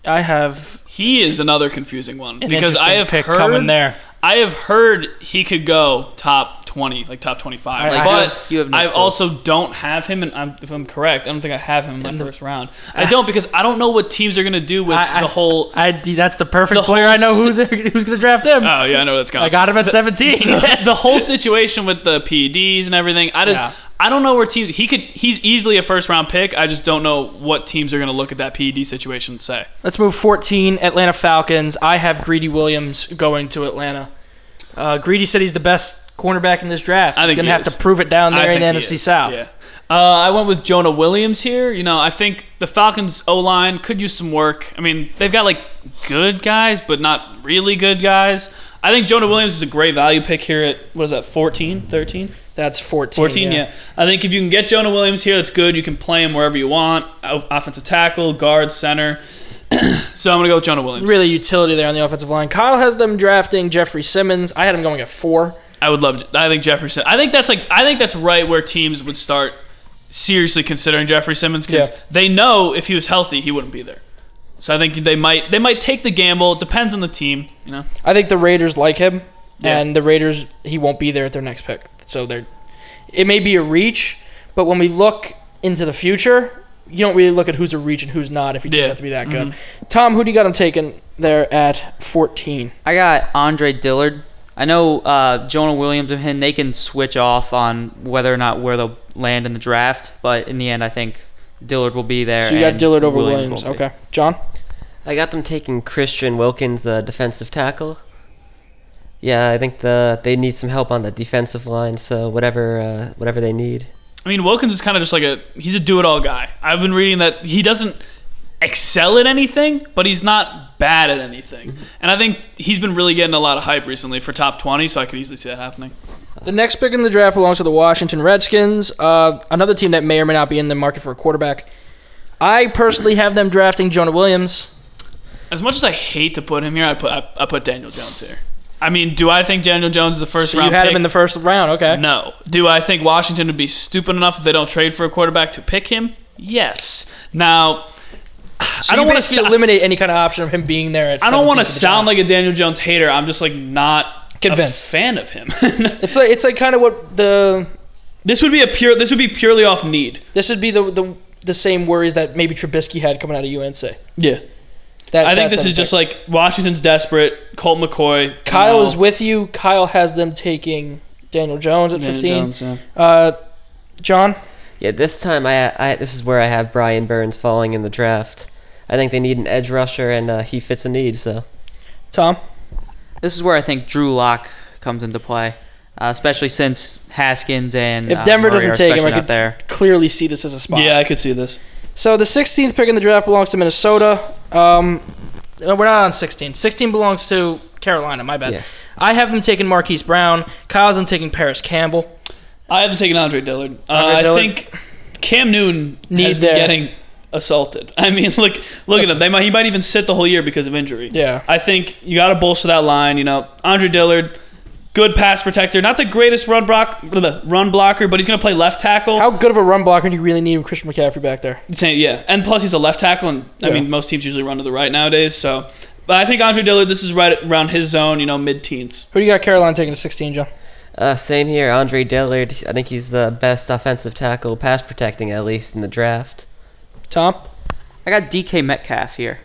I have
He is another confusing one
an
because I
interesting
have
pick
heard
coming there.
I have heard he could go top 20, like top 25.
Like,
but
you have- you have no
I
clue.
also don't have him, and I'm, if I'm correct, I don't think I have him in my first round. I don't because I don't know what teams are going to do with
I- I-
the whole.
I, that's the perfect
The
player.
whole
I know who
si-
they're, who's going to draft him.
oh, yeah, I know where that's going.
I got him at 17.
the whole situation with the PEDs and everything. I just
Yeah.
I don't know where teams he could he's easily a first round pick. I just don't know what teams are going to look at that PED situation and say.
Let's move 14, Atlanta Falcons. I have Greedy Williams going to Atlanta. Uh, Greedy said he's the best cornerback in this draft.
I
he's
think
going
he
to have
is.
to prove it down
I
there in the
think he
NFC
is.
South.
Yeah. Uh, I went with Jonah Williams here. You know, I think the Falcons O line could use some work. I mean, they've got like good guys, but not really good guys. I think Jonah Williams is a great value pick here at what is that 14, 13?
That's 14.
14, yeah. I think if you can get Jonah Williams here, that's good. You can play him wherever you want. O- Offensive tackle, guard, center. so I'm going to go with Jonah Williams.
Really utility there on the offensive line. Kyle has them drafting Jeffrey Simmons. I had him going at four.
I would love. I think Jeffrey. Sim- I think that's like. I think that's right where teams would start seriously considering Jeffrey Simmons because
Yeah.
they know if he was healthy, he wouldn't be there. So I think they might. They might take the gamble. It depends on the team. You know.
I think the Raiders like him,
Yeah.
and the Raiders he won't be there at their next pick. So they're it may be a reach, but when we look into the future, you don't really look at who's a reach and who's not if you
Yeah. Mm-hmm.
turns out to be that good. Tom, who do you got him taking there at fourteen?
I got Andre Dillard. I know uh, Jonah Williams and him, they can switch off on whether or not where they'll land in the draft, but in the end, I think Dillard will be there.
So you got
and
Dillard over Williams.
Williams won't be.
Okay, John.
I got them taking Christian Wilkins, the defensive tackle. Yeah, I think the they need some help on the defensive line, so whatever uh, whatever they need.
I mean, Wilkins is kind of just like a. He's a do-it-all guy. I've been reading that he doesn't excel at anything, but he's not bad at
Mm-hmm.
anything. And I think he's been really getting a lot of hype recently for top twenty. So I could easily see that happening.
The next pick in the draft belongs to the Washington Redskins, uh, another team that may or may not be in the market for a quarterback. I personally have them drafting Jonah Williams.
As much as I hate to put him here, I put I, I put Daniel Jones here. I mean, do I think Daniel Jones is the first
So you
round?
had
pick?
him in the first round, okay?
No. Do I think Washington would be stupid enough if they don't trade for a quarterback to pick him? Yes. Now,
So
I don't
you
want
basically
to.
eliminate any kind of option of him being there. At
I don't want to
17 for the
sound
Giants.
like a Daniel Jones hater. I'm just like not
Convinced.
a fan of him.
It's like it's like kind of what the
this would be a pure. This would be purely off need.
this would be the the the same worries that maybe Trubisky had coming out of UNC.
Yeah.
That,
I think
that
this
type
is
of
just
thing.
like Washington's desperate. Colt McCoy.
Kyle
no.
is with you. Kyle has them taking Daniel Jones at fifteen.
yeah.
Uh, John,
Yeah, this time I, I this is where I have Brian Burns falling in the draft. I think they need an edge rusher, and uh, he fits a need. So
Tom.
This is where I think Drew Lock comes into play, uh, especially since Haskins and
If
uh,
Denver
Murray
doesn't
are
take him,
especially
I
not
could
there.
clearly see this as a spot.
Yeah, I could see this.
So the 16th pick in the draft belongs to Minnesota. Um, no, we're not on 16. 16 belongs to Carolina. My bad.
Yeah.
I have them taking Marquise Brown. Kyle's them taking Paris Campbell.
I haven't taken Andre Dillard. Uh,
Andre
I
Dillard.
think Cam Newton
Need
has
there.
been getting assaulted. I mean, look, look at him. They might, he might even sit the whole year because of injury.
Yeah.
I think you got to bolster that line. You know, Andre Dillard, good pass protector, not the greatest run block, blah, run blocker, but he's gonna play left tackle.
How good of a run blocker do you really need with Christian McCaffrey back there?
Same- yeah, and plus he's a left tackle, and I
Yeah.
mean most teams usually run to the right nowadays. So, but I think Andre Dillard, this is right around his zone. You know, mid teens.
Who do you got Carolina taking to 16, John?
uh, same here, Andre Dillard. I think he's the best offensive tackle, pass protecting at least in the draft.
Tom?
I got DK Metcalf here.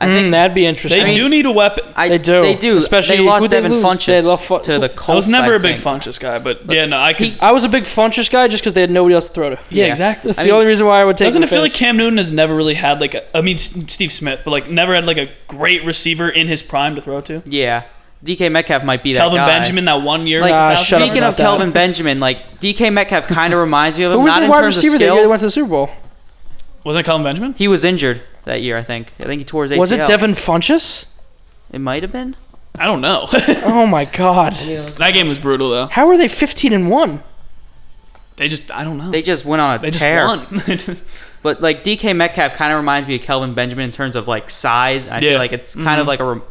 I
Mm,
think
that'd be interesting.
They do need a weapon.
I,
They do.
They do.
Especially-
Especially they lost
who'd they
Devin
lose? They
Funches
lost Fu-
to the Colts.
I was never
a
a big Funchess guy, but, yeah, no, I could.
I was a big Funchess guy just because they had nobody else to throw to.
yeah, exactly.
That's the only reason why I would take
Doesn't
him
it feel like
fast.
Cam Newton has never really had like a, I mean S- Steve Smith, but like never had like a great receiver in his prime to throw to?
Yeah, DK Metcalf might be that
Calvin
guy.
Benjamin that one year.
Like, uh,
Ah, shut up
speaking
about
of Kelvin
that.
Benjamin, like DK Metcalf kind of reminds you of him.
Who was
not
the
in
wide
terms of
receiver that year
skill.
they went to the Super Bowl?
Wasn't it Calvin Benjamin?
He was injured that year, I think. I think he tore his ACL.
Was it Devin Funchess?
It might have been.
I don't know.
Oh my God!
that game was brutal though.
How are they 15 and one?
They just I don't know.
They just went on a
They just
tear.
won.
But like DK Metcalf kind of reminds me of Kelvin Benjamin in terms of like size. and I
Yeah.
feel like it's
Mm-hmm.
kind of like a rem-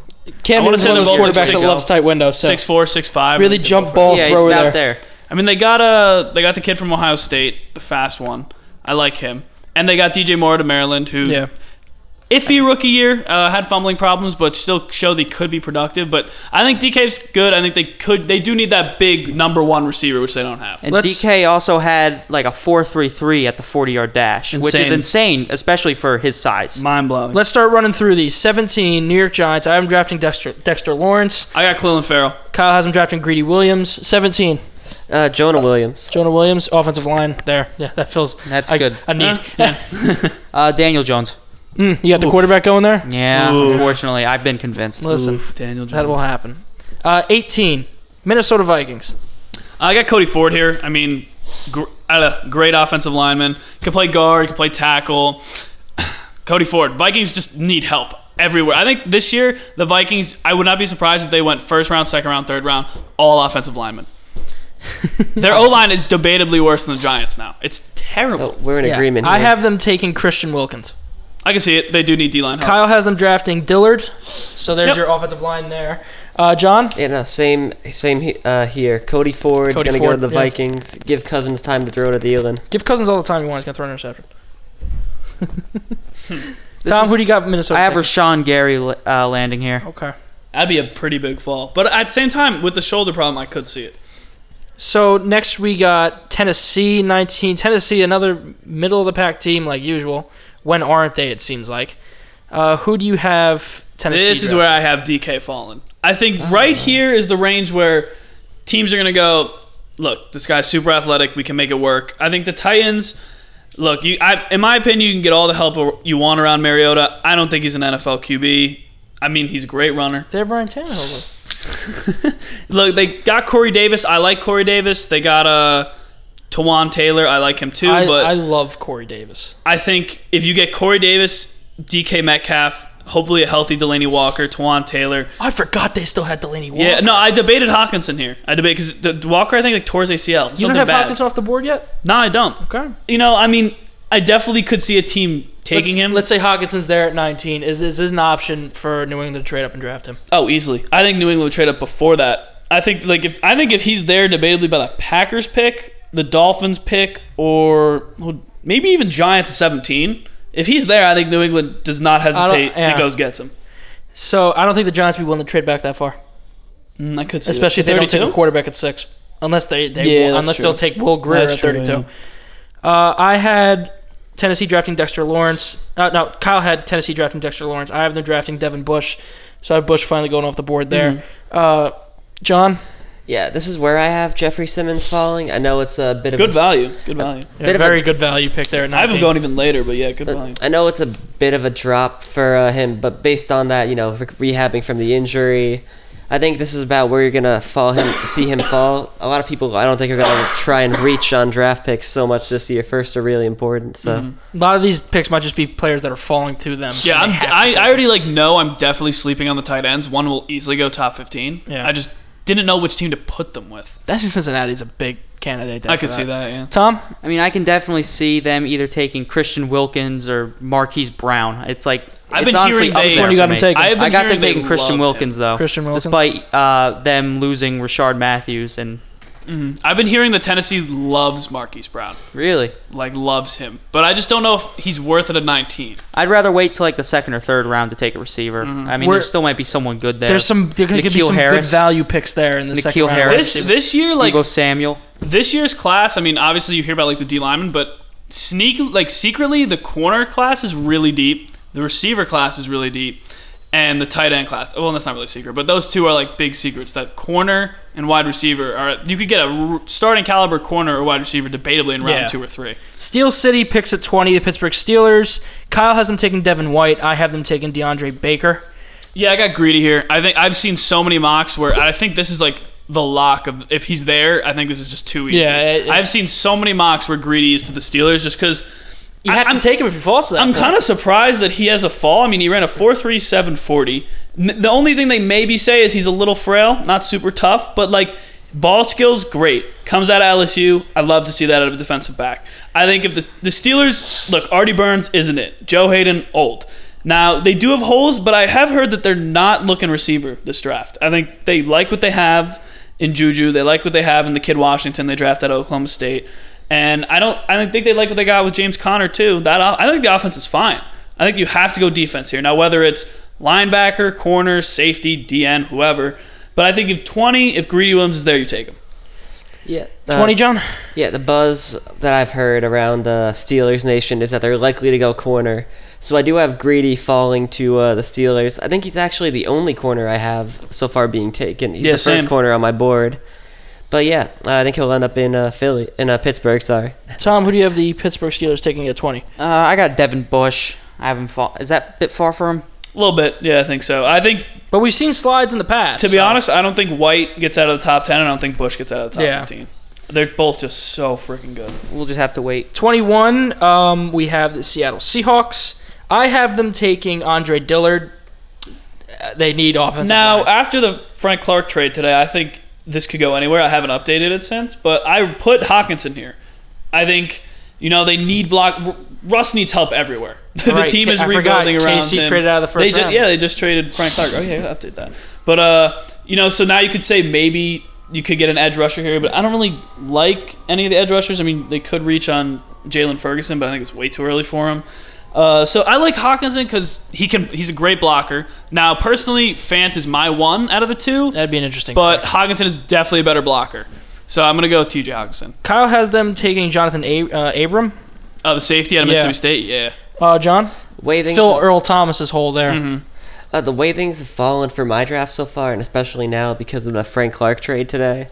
Cam
I wanna
Newton's one of those
say they're both
quarterbacks
six-
that loves tight windows. So
six four, six five.
really jump ball
yeah, he's
thrower
about
there.
there.
I mean they got uh they got the kid from Ohio State, the fast one. I like him, and they got DJ Moore to Maryland, who
Yeah.
iffy rookie year, uh, had fumbling problems, but still showed they could be productive. But I think DK's good. I think they could. They do need that big number one receiver, which they don't have.
And
Let's-
DK also had like a four three three at the 40 yard dash, which is
Insane.
insane, especially for his size.
Mind blowing.
Let's start running through these. 17, New York Giants. I'm drafting Dexter, Dexter Lawrence.
I got Cleveland Farrell.
Kyle has him drafting Greedy Williams. 17,
Uh, Jonah Williams.
Jonah Williams, offensive line. There. Yeah, that feels
That's
I,
good.
I need.
Uh, Daniel Jones.
Mm, you got the quarterback going there?
Yeah, unfortunately, I've been convinced.
Listen,
Daniel
that will happen. Uh, 18, Minnesota Vikings.
I got Cody Ford here. I mean, gr- uh, great offensive lineman. Can play guard. Can play tackle. Cody Ford. Vikings just need help everywhere. I think this year the Vikings. I would not be surprised if they went first round, second round, third round, all offensive linemen. Their O line is debatably worse than the Giants now. It's terrible.
Oh, we're in
Yeah.
agreement. Here.
I have them taking Christian Wilkins.
I can see it. They do need D line help.
Kyle has them drafting Dillard, so there's
Oh. Yep.
your offensive line there. Uh, John,
Yeah, no, same, same he- uh, here. Cody Ford
Cody
gonna
Ford,
go to the
yeah.
Vikings. Give Cousins time to throw to Thielen.
give Cousins all the time you want. He's gonna throw an interception. Tom, who do you got? Minnesota.
I have
taking?
Rashawn Gary uh, landing here.
Okay.
That'd be a pretty big fall. But at the same time, with the shoulder problem, I could see it.
So next we got Tennessee 19. Tennessee, another middle of the pack team like usual. When aren't they? It seems like. Uh, who do you have? Tennessee.
This is
draft?
where I have DK falling. I think right here is the range where teams are going to go, look, this guy's super athletic. We can make it work. I think the Titans, look, you, I, in my opinion, you can get all the help you want around Mariota. I don't think he's an NFL QB. I mean, he's a great runner.
they have Ryan Tannehill. though.
Look, they got Corey Davis. I like Corey Davis. They got uh, Tawan Taylor. I like him too.
I,
but
I love Corey Davis.
I think if you get Corey Davis, DK Metcalf, hopefully a healthy Delaney Walker, Tawan Taylor.
I forgot they still had Delaney Walker.
Yeah, no, I debated Hawkinson here. I debated because Walker, I think, like tore his ACL.
you
Something
don't have
bad.
Hopkins off the board yet.
No, I don't.
Okay.
You know, I mean, I definitely could see a team taking
let's,
him.
Let's say Hawkinson's there at 19. Is is it an option for New England to trade up and draft him?
oh, easily. I think New England would trade up before that. I think like if I think if he's there, debatably by the Packers pick, the Dolphins pick, or well, maybe even Giants at seventeen. If he's there, I think New England does not hesitate.
yeah.
It goes gets him.
So I don't think the Giants would be willing to trade back that far,
Mm, I could see
especially if they don't take a quarterback at six, unless they, they
Yeah, that's
unless
true.
they'll take Will Greer
That's
at
true,
32. Uh, I had Tennessee drafting Dexter Lawrence. Uh, no, Kyle had Tennessee drafting Dexter Lawrence. I have them drafting Devin Bush. So I have Bush finally going off the board there. Uh, John,
Yeah, this is where I have Jeffrey Simmons falling. I know it's a bit of
Good
a,
value. Good value.
yeah,
Bit of a-
very good value pick there at 19.
I have him going even later, but yeah, good value.
I know it's a bit of a drop for uh, him, but based on that, you know, re- rehabbing from the injury, I think this is about where you're gonna fall him, see him fall. A lot of people, I don't think, are gonna try and reach on draft picks so much this year. First are really important, so
A lot of these picks might just be players that are falling to them.
Yeah,
and
I'm,
they have to
I,
take
I
them.
already like know I'm definitely sleeping on the tight ends. One will easily go top fifteen.
Yeah.
I just didn't know which team to put them with.
That's just Cincinnati's a big candidate. There
I
for
could see that. Yeah.
Tom,
I mean, I can definitely see them either taking Christian Wilkins or Marquise Brown. It's like
I've
it's
been
honestly
hearing
up
they- Which
there
one
you got
for
them
me.
taking?
I have been
I got them
hearing they
taking Christian
love him.
Wilkins though,
Christian Wilkins?
despite uh, them losing Rashard Matthews and
I've been hearing that Tennessee loves Marquise Brown,
really,
like loves him, but I just don't know if he's worth it at 19.
I'd rather wait till like the second or third round to take a receiver.
Mm-hmm.
I mean,
We're-
there still might be someone good there.
there's some there could be
Nikhil
some
Harris.
good value picks there in the second
Nikhil
round.
Harris.
This this year, like
Debo Samuel.
this year's class, I mean, obviously you hear about like the D lineman, but sneak like secretly the corner class is really deep, the receiver class is really deep, and the tight end class. Well, that's not really secret, but those two are like big secrets. That corner and wide receiver are you could get a r- starting caliber corner or wide receiver debatably in round
Yeah.
two or three.
Steel City picks at 20, the Pittsburgh Steelers. Kyle has them taking Devin White. I have them taking DeAndre Baker.
Yeah, I got greedy here. I think I've seen so many mocks where I think this is like the lock of if he's there. I think this is just too easy.
Yeah, it- it-
I've seen so many mocks where greedy is to the Steelers just because.
You have to take him if he falls to that.
I'm kind of surprised that he has a fall. I mean, he ran a 4.3740. N- The only thing they maybe say is he's a little frail, not super tough, but like ball skills, great. Comes out of LSU. I'd love to see that out of a defensive back. I think if the, the Steelers look, Artie Burns isn't it? Joe Hayden, old. Now they do have holes, but I have heard that they're not looking receiver this draft. I think they like what they have in Juju. They like what they have in the kid Washington they drafted out of Oklahoma State. And I don't I don't think they like what they got with James Conner too. That o- I think the offense is fine. I think you have to go defense here. Now whether it's linebacker, corner, safety, DN, whoever, but I think if 20 if Greedy Williams is there you take him.
yeah, uh,
20, John.
Yeah, the buzz that I've heard around uh, Steelers Nation is that they're likely to go corner. So I do have Greedy falling to uh, the Steelers. I think he's actually the only corner I have so far being taken. He's
Yeah,
the first
same.
corner on my board. But yeah, uh, I think he'll end up in uh, Philly, in uh, Pittsburgh. Sorry.
Tom, who do you have the Pittsburgh Steelers taking at 20?
Uh, I got Devin Bush. I haven't fall. Is that a bit far for him?
A little bit. Yeah, I think so. I think
But we've seen slides in the past.
to be
so-
honest, I don't think White gets out of the top 10 and I don't think Bush gets out of the top
Yeah.
15. They're both just so freaking good.
We'll just have to wait.
21, um, we have the Seattle Seahawks. I have them taking Andre Dillard. Uh, They need offensive.
Now,
line.
after the Frank Clark trade today, I think this could go anywhere. I haven't updated it since, but I put Hawkinson here. I think, you know, they need block. Russ needs help everywhere. the
Right,
team
K-
is
I forgot
rebuilding around
KC
him.
traded out of the
They
first
ju-
round.
yeah, they just traded Frank Clark. Oh yeah, update that. But uh, you know, so now you could say maybe you could get an edge rusher here, but I don't really like any of the edge rushers. I mean, they could reach on Jalen Ferguson, but I think it's way too early for him. Uh, so I like Hawkinson because he can. He's a great blocker. Now, personally, Fant is my one out of the two,
That'd be an interesting.
but
pick.
Hawkinson is definitely a better blocker. So I'm gonna go with T.J. Hawkinson,
Kyle has them taking Jonathan a- uh, Abram.
uh, the safety out of
Yeah.
Mississippi State. Yeah,
Uh, John, Mm-hmm.
Way things
fill Earl Thomas's hole there.
uh, the way things have fallen for my draft so far, and especially now because of the Frank Clark trade today,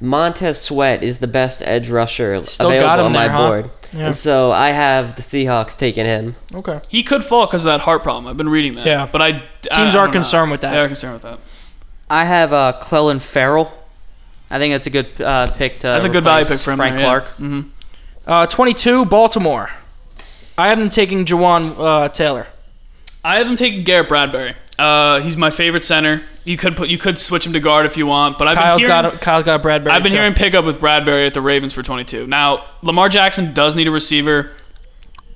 Montez Sweat is the best edge rusher
Still got
available
him
on my
there, huh?
board,
Yeah.
and so I have the Seahawks taking him.
Okay.
he could fall because of that heart problem. I've been reading that.
Yeah.
but I
Teams
I- I
are
don't know.
concerned with that.
They are concerned with that.
I have uh, Clellan Farrell. I think that's a good uh, pick to.
That's a good value
replace
pick for him.
Frank
there, yeah.
Clark.
Mhm.
Uh, 22, Baltimore. I have them taking Jawan uh, Taylor.
I have him taking Garrett Bradbury. Uh, he's my favorite center. You could put you could switch him to guard if you want, but I've
Kyle's
been hearing,
got Kyle's got Bradbury.
I've been
too.
hearing pickup with Bradbury at the Ravens for 22. Now Lamar Jackson does need a receiver.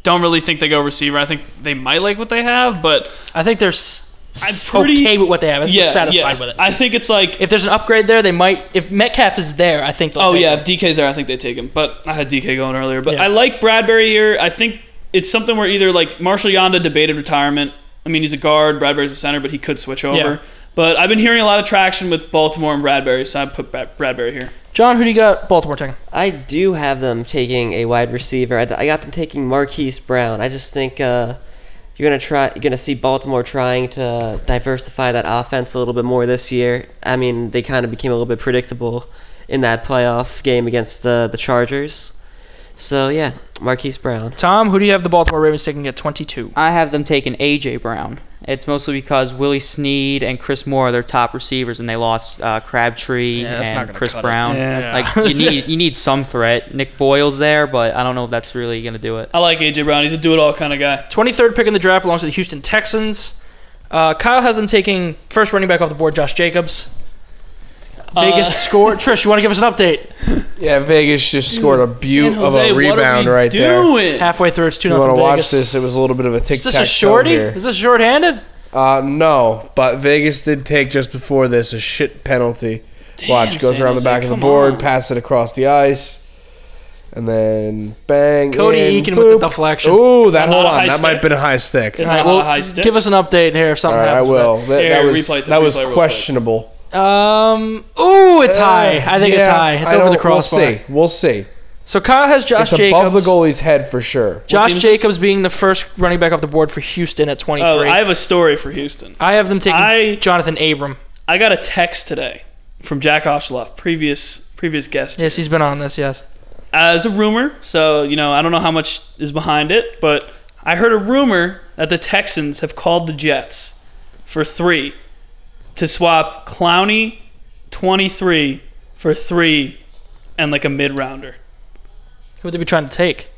Don't really think they go receiver. I think they might like what they have, but
I think they're s- s-
I'm pretty-
okay with what they have. I think
yeah,
they're satisfied
yeah.
with it.
I think it's like
if there's an upgrade there, they might. If Metcalf is there, I think. They'll
Oh
take
yeah,
him.
if DK's there, I think they take him. But I had DK going earlier. But
Yeah.
I like Bradbury here. I think it's something where either like Marshall Yonda debated retirement. I mean, he's a guard. Bradbury's a center, but he could switch over.
Yeah.
But I've been hearing a lot of traction with Baltimore and Bradbury, so I put Brad- Bradbury here.
John, who do you got? Baltimore taking.
I do have them taking a wide receiver. I, I got them taking Marquise Brown. I just think uh, you're gonna try. You're gonna see Baltimore trying to diversify that offense a little bit more this year. I mean, they kind of became a little bit predictable in that playoff game against the the Chargers. So yeah, Marquise Brown.
Tom, who do you have the Baltimore Ravens taking at 22?
I have them taking AJ Brown. It's mostly because Willie Sneed and Chris Moore are their top receivers, and they lost uh, Crabtree
that's not
and
gonna
Chris
cut it.
Brown.
Yeah.
Like you need you need some threat. Nick Boyle's there, but I don't know if that's really gonna do it.
I like AJ Brown. He's a do-it-all kind of guy.
23rd pick in the draft belongs to the Houston Texans. Uh, Kyle has them taking first running back off the board, Josh Jacobs.
Uh,
Vegas scored. Trish, you want to give us an update?
Yeah, Vegas just scored a beaut
San
of
Jose,
a
what are
rebound
we
right there.
doing?
Halfway through, it's two
You want
nothing
to watch
Vegas.
this? It was a little bit of a tic
Is
tac
this a shorty?
Here.
Is this shorthanded?
Uh, no, but Vegas did take just before this a shit penalty. Watch goes
San
around the
Jose,
back of the
come
board,
on.
pass it across the ice, and then bang.
Cody
in,
Eakin with the
boop.
deflection.
Ooh, that
Not
hold
a high
on, that
stick.
might have been a high stick.
It's
All right,
not
well,
a high stick.
give us an update here if
All
something
right, I
happens. with
will. That,
Here,
that was
replay it,
that was
replay real quick.
questionable.
that. Um. Ooh, it's high. I think it's
Yeah,
high. It's
I
over the
don't-
crossbar.
We'll see. We'll see.
So Kyle has Josh
It's above
Jacobs.
the goalie's head for sure.
Josh
team is this?
Jacobs being the first running back off the board for Houston at 23.
Oh, I
I,
have a story for Houston.
have them taking
I-
Jonathan Abram.
I got a text today from Jack Oshloff, previous previous guest.
Yes, he's been on this. Yes.
as Uh, a rumor, so you know I don't know how much is behind it, but I heard a rumor that the Texans have called the Jets for three to swap Clowney twenty three for three and like a mid rounder.
Who would they be trying to take?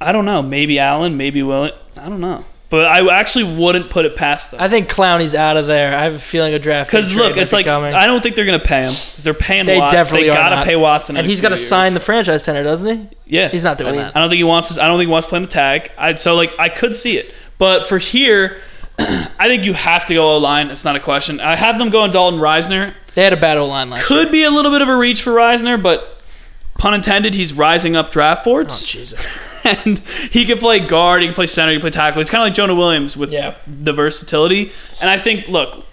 I don't know, maybe Allen, maybe Willett. I don't know, but I actually wouldn't put it past them.
I think Clowney's out of there. I have a feeling a draft.
Because
trade
look,
might
it's
be
like
coming.
I don't think they're gonna pay him. 'cause They're paying.
They
Watson.
definitely
they
are
gotta
not.
pay Watson,
and
in a
he's
few
got to
years.
sign the franchise tender, doesn't he?
Yeah,
He's not doing
I mean,
that.
I don't think he wants. To, I don't think he wants to play in the tag. I so like I could see it, but for here, I think you have to go O line. It's not a question. I have them going Dalton Reisner.
They had a bad O line last year.
Could be a little bit of a reach for Reisner, but pun intended. He's rising up draft boards,
Oh, Jesus.
and he can play guard. He can play center. He can play tackle. It's kind of like Jonah Williams with
Yeah.
the versatility. And I think look,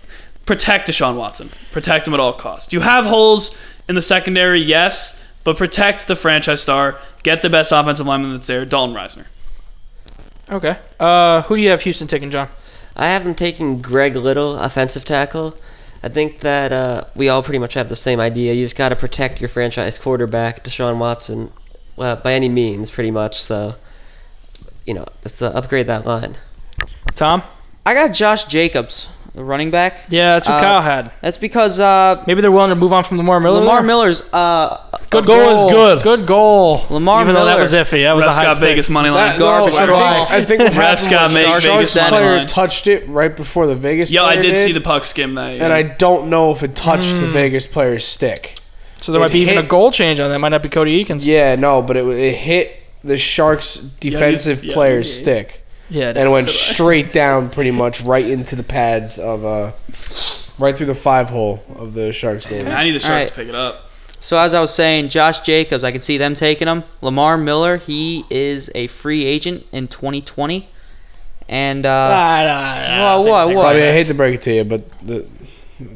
protect Deshaun Watson. Protect him at all costs. You have holes in the secondary, yes, but protect the franchise star. Get the best offensive lineman that's there, Dalton Reisner.
Okay. Uh, who do you have Houston taking, John?
I have them taking Greg Little, offensive tackle. I think that uh, we all pretty much have the same idea. You just got to protect your franchise quarterback, Deshaun Watson, well, by any means, pretty much. So, you know, it's the upgrade that line.
Tom?
I got Josh Jacobs, the running back.
Yeah, that's what
Uh,
Kyle had.
That's because uh,
Maybe they're willing to move on from Lamar Miller.
Lamar
there?
Miller's uh,
Good
goal is good.
Good goal.
Lamar
Even though that
Miller.
was iffy. That was
Refs
a high
got
stake.
Vegas money line.
That- no,
garbage ball.
I think, I think what happened
gotta
was
make
Sharks
Vegas money
player
line.
touched it right before the Vegas
Yo, I
player
did see the puck skim that.
and I don't know if it touched the Vegas player's stick.
So there
It
might be even
hit-
a goal change on that. Might not be Cody Eakins.
Yeah, no, but it, it hit the Sharks defensive
yeah,
player's
yeah.
stick.
Yeah,
and it went straight down, pretty much right into the pads of uh, right through the five hole of the Sharks goal.
I need the Sharks
Alright.
to pick it up.
So as I was saying, Josh Jacobs, I could see them taking him. Lamar Miller, he is a free agent in 2020, and
Ah,
uh, well, what, what?
Bobby, I hate to break it to you, but the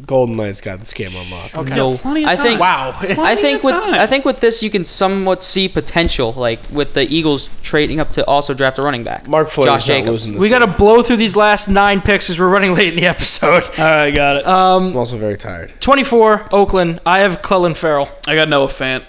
Golden Knights got the scam unlocked. Okay.
No, I think
Wow.
I think with I think with this you can somewhat see potential, like with the Eagles trading up to also draft a running back.
Mark Fleury's
Josh
not
Jacobs.
losing this.
We got
game.
to blow through these last nine picks as we're running late in the episode.
All right, got it.
Um,
I'm also very tired.
24, Oakland. I have Cullen Farrell.
I got Noah Fant.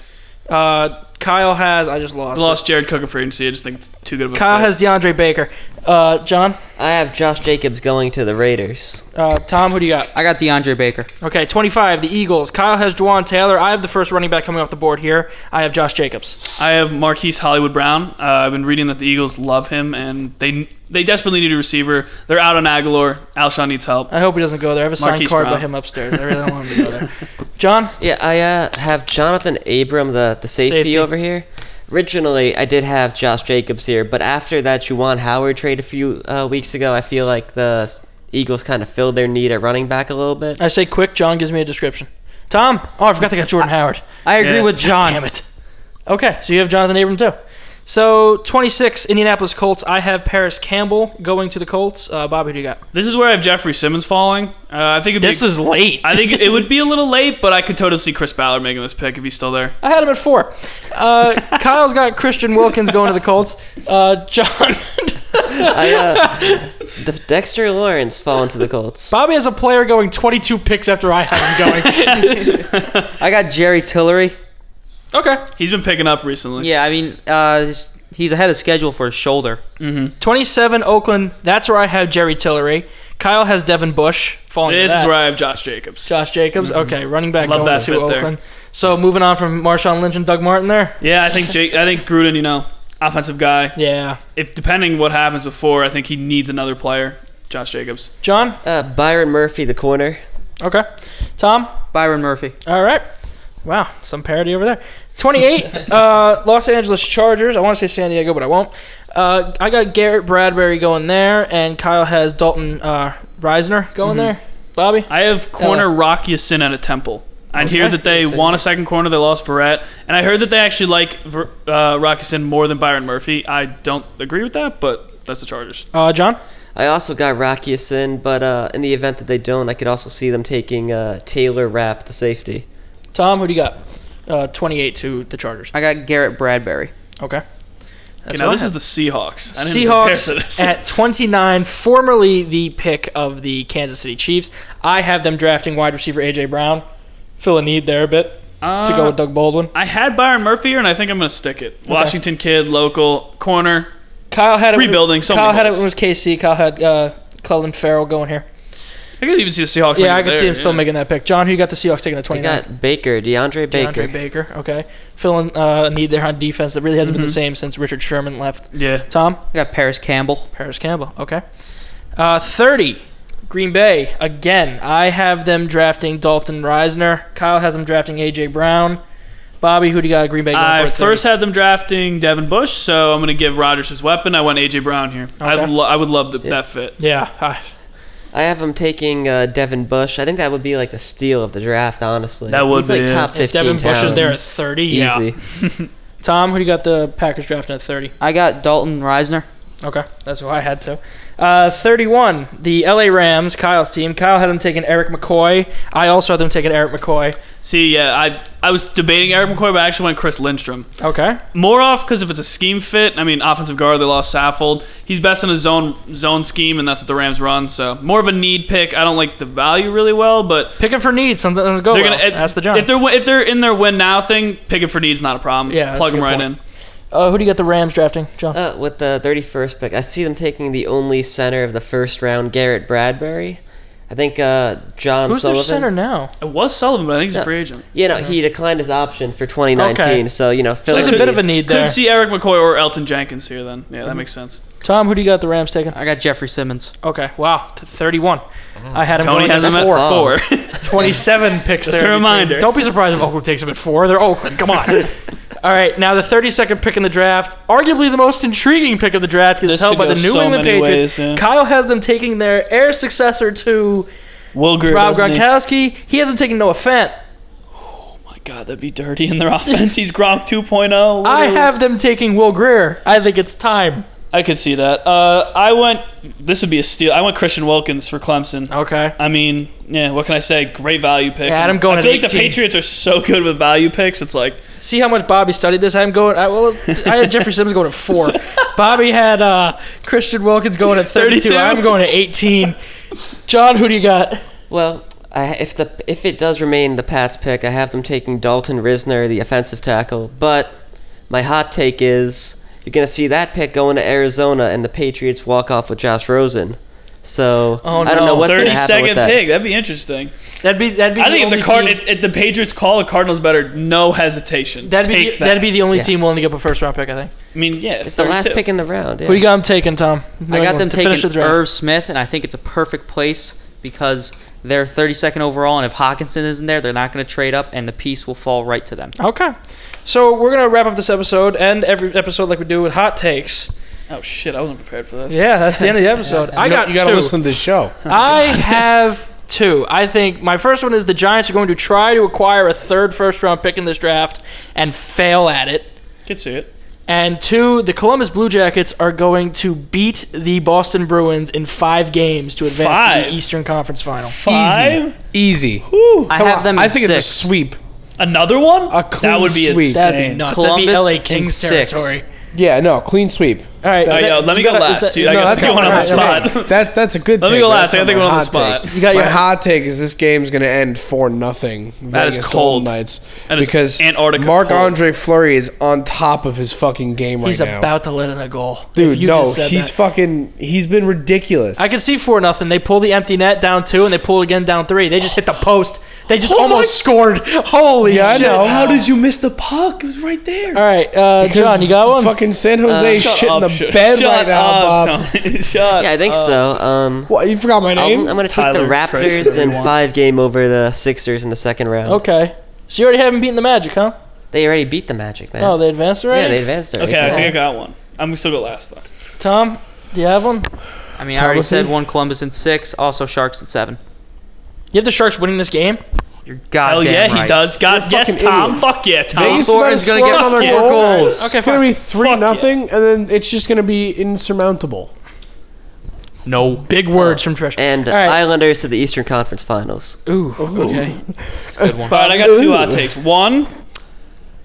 Uh, Kyle has. I just
I
lost.
lost Jared Cook in free agency. I just think it's too good of a
Kyle
fit.
has DeAndre Baker. Uh, John,
I have Josh Jacobs going to the Raiders.
uh, Tom, who do you got?
I got DeAndre Baker.
Okay, 25, the Eagles. Kyle has Juwan Taylor. I have the first running back coming off the board here. I have Josh Jacobs.
I have Marquise Hollywood Brown. Uh, I've been reading that the Eagles love him, and they they desperately need a receiver. They're out on Aguilar. Alshon needs help.
I hope he doesn't go there. I have a signed
Marquise
card by
Brown.
him upstairs. I really don't want him to go there. John,
Yeah, I uh, have Jonathan Abram, the, the safety,
Safety.
over here. Originally, I did have Josh Jacobs here, but after that Juwan Howard trade a few uh, weeks ago, I feel like the Eagles kind of filled their need at running back a little bit.
I say quick. John gives me a description. Tom, oh, I forgot they got Jordan Howard.
I agree
Yeah.
with John.
Damn it. Okay, so you have Jonathan Abram too. So 26, Indianapolis Colts. I have Paris Campbell going to the Colts. Uh, Bobby, who do you got?
This is where I have Jeffrey Simmons falling. Uh, I think it'd be,
late.
I think it would be a little late, but I could totally see Chris Ballard making this pick if he's still there.
I had him at four. Uh, Kyle's got Christian Wilkins going to the Colts. Uh, John,
I, uh, De- Dexter Lawrence falling to the Colts.
Bobby has a player going 22 picks after I have him going.
I got Jerry Tillery.
okay,
He's been picking up recently.
Yeah, I mean, uh, he's- he's ahead of schedule for his shoulder.
27 Oakland. That's where I have Jerry Tillery. Kyle has Devin Bush falling.
This
to
is
that.
where I have Josh Jacobs.
Josh Jacobs. Okay, running back
Love
going
that
to
fit there.
Oakland. So moving on from Marshawn Lynch and Doug Martin there.
Yeah, I think Jake. I think Gruden. You know, offensive guy.
Yeah,
If depending what happens before, I think he needs another player. Josh Jacobs.
John.
Uh, Byron Murphy, the corner.
Okay, Tom.
Byron Murphy.
All right. Wow, some parody over there. 28, uh, Los Angeles Chargers. I want to say San Diego, but I won't. Uh, I got Garrett Bradbury going there, and Kyle has Dalton uh, Reisner going
Mm-hmm.
there. Bobby?
I have corner Rocky Sin at a Temple. I hear that they want a second corner. They lost Verrett, and I heard that they actually like Ver- uh, Rocky Sin more than Byron Murphy. I don't agree with that, but that's the Chargers.
Uh, John?
I also got Rockyason, but uh, in the event that they don't, I could also see them taking uh, Taylor Rapp, the safety.
Tom, who do you got? Uh, 28 to the Chargers.
I got Garrett Bradbury.
Okay.
You
That's
know,
what I
this is
have.
the Seahawks. I didn't prepare for
Seahawks
this.
at 29, formerly the pick of the Kansas City Chiefs. I have them drafting wide receiver A.J. Brown. Fill a need there a bit to go
Uh,
with Doug Baldwin.
I had Byron Murphy here, and I think I'm going to stick it. Washington kid, local corner.
Kyle had it when-
Rebuilding, so
Kyle
many
had it
holes.
when it was KC. Kyle had uh, Cullen Farrell going here.
I could even see the Seahawks. making
Yeah, I
it
can
there,
see him still
yeah.
making that pick. John, who you got the Seahawks taking at
I
29?
got Baker, DeAndre Baker.
DeAndre Baker. Okay, filling uh, a need there on defense that really hasn't been the
Mm-hmm.
same since Richard Sherman left.
Yeah,
Tom
I got Paris Campbell.
Paris Campbell. Okay, uh, 30. Green Bay again. I have them drafting Dalton Reisner. Kyle has them drafting AJ Brown. Bobby, who do you got? at Green Bay. Going for
I
at 30?
first had them drafting Devin Bush, so I'm going to give Rodgers his weapon. I want AJ Brown here. I,
Okay.
lo- I would love the, that fit.
Yeah. I-
I have him taking uh, Devin Bush. I think that would be like the steal of the draft, honestly.
That would
He's, like
be, yeah.
top
If
fifteen.
Devin Bush is
talent.
there at 30. Yeah.
Easy.
Tom, who do you got the Packers drafting at 30?
I got Dalton Reisner.
Okay, that's who I had to. Uh, 31, the LA Rams, Kyle's team. Kyle had them taking Eric McCoy. I also had them taking Eric McCoy.
See, yeah, I I was debating Eric McCoy, but I actually went Chris Lindstrom.
Okay.
More off because if it's a scheme fit, I mean, offensive guard, they lost Saffold. He's best in a zone zone scheme, and that's what the Rams run. So more of a need pick. I don't like the value really well, but
Pick it for need. Something doesn't go
they're
well.
gonna if-
Ask the
if
Giants.
they're win- if they're in their win now thing, picking for needs not a problem.
Yeah, that's
plug
a
them
good
right
point. Uh, who do you got the Rams drafting, John?
Uh, with the 31st pick, I see them taking the only center of the first round, Garrett Bradbury. I think uh, John
Who's
Sullivan.
their center now?
in. It was Sullivan, but I think he's a free agent.
You know, he declined his option for 2019,
Okay.
so you know, fill
There's a
in
bit
the-
of a need there.
Mm-hmm. Could see Eric McCoy or Elton Jenkins here then. Yeah, that makes sense.
Tom, who do you got the Rams taking?
I got Jeffrey Simmons.
Okay, wow, t- 31.
Mm-hmm.
I had him
Tony
going
has
at
him at
four.
four.
27 picks there.
a
in between.
reminder.
Don't be surprised if Oakland takes them at four. They're Oakland. Come on. All right, now the 32nd pick in the draft, arguably the most intriguing pick of the draft because
This
it's held
could
by
go
the New
so
England
many ways,
Patriots.
yeah.
Kyle has them taking their heir successor to
Will Greer,
Rob
doesn't he?
Gronkowski. He hasn't taken Noah Fant.
Oh My God, that'd be dirty in their offense. He's Gronk oh. 2.0.
I
literally.
have them taking Will Greer. I think it's time.
I could see that. Uh, I went. This would be a steal. I went Christian Wilkins for Clemson.
Okay.
I mean, yeah. What can I say? Great value pick.
Yeah, Adam going
I feel
at
like the
18.
Patriots are so good with value picks. It's like
See how much Bobby studied this. I'm going. I, well, I had Jeffrey Simmons going at four. Bobby had uh, Christian Wilkins going at 32.
32.
I'm going at 18. John, who do you got?
Well, I, if the if it does remain the Pats pick, I have them taking Dalton Risner, the offensive tackle. But my hot take is you're going to see that pick going to Arizona, and the Patriots walk off with Josh Rosen. So
Oh,
I don't
no.
know what's going
thirty
to happen
second
with that.
pick. That'd be interesting.
That'd be that'd be.
I
the
think if
only
the Card-
team-
if, if the Patriots call the Cardinals better, no hesitation.
that'd be
Take
the,
that.
that'd be the only
Yeah.
team willing to give a first round pick. I think.
I mean, yeah.
It's the last pick in the round.
Who
Yeah.
you got them taking, Tom?
I got them
to finish the
taking
draft.
Irv Smith, and I think it's a perfect place because they're 32nd overall, and if Hawkinson isn't there, they're not going to trade up, and the piece will fall right to them.
Okay. So we're gonna wrap up this episode and every episode like we do with hot takes.
Oh shit! I wasn't prepared for this.
Yeah, that's the end of the episode. I
You know,
got
you gotta
two.
listen to the show.
I have two. I think my first one is the Giants are going to try to acquire a third first round pick in this draft and fail at it.
Could see it.
And two, the Columbus Blue Jackets are going to beat the Boston Bruins in five games to advance to
Five?
the Eastern Conference Final.
Five.
Easy.
Whew.
I have them. In
I think
sixth.
it's a sweep.
Another one.
A clean
that would be
sweep.
insane.
That'd be nuts.
Columbus
That'd be LA
in
Kings
six.
territory.
Yeah, no, clean sweep.
All right,
All
is
right, yo,
that-
let me
you
go
gotta-
last,
is that-
dude.
is
I
that-
got
that's
Let's get one on the
alright.
spot.
That, that's a good
Let me
take.
go
That's
last. I gotta
not
think
my
one on the spot.
hot take.
You got your-
my hot take is this game's going to end 4 nothing.
That is cold.
Nights
That is
because
Antarctica
Mark
cold.
Andre Fleury is on top of his fucking game right
He's
now.
about to let in a goal. If
Dude,
you
no,
just said
he's
that.
fucking he's been ridiculous.
I can see four nothing. They pull the empty net down two, and they pull it again down three. They just hit the post. They just almost scored. Holy
Yeah, I
shit!
know. How
did you miss the puck? It was right there.
All right, uh,
Because
John, you got one.
Fucking San Jose
Uh, Shut
shit in
up,
the
shut-
bed
shut
right now,
up,
Bob.
Tony. Shut
Yeah, I think
Uh,
up.
so. Um,
What, you forgot my
I'm,
name?
I'm going to take the
Tyler
Raptors
Fraser.
in five game over the Sixers in the second round.
Okay, so you already haven't beaten the Magic, huh?
They already beat the Magic, man.
Oh, they advanced already.
yeah, they advanced already.
Okay, I
Come
think I got
on.
one. I'm still go last though.
Tom, do you have one?
I mean, I already
Thomason?
said one Columbus in six, also Sharks in seven.
You have the Sharks winning this game.
You're
Hell
goddamn
yeah,
right.
he does. God, yes,
fucking
Tom.
idiot.
Fuck yeah, Tom.
Vegas
Thornton's
let us
gonna get
score
four
another goal.
goals.
Okay,
it's gonna
fine.
be three nothing, and then it's just gonna be insurmountable.
No.
Big words from Trish.
And
All right.
Islanders to the Eastern Conference Finals.
Ooh, okay.
All right, I got two
Ooh.
hot takes. One,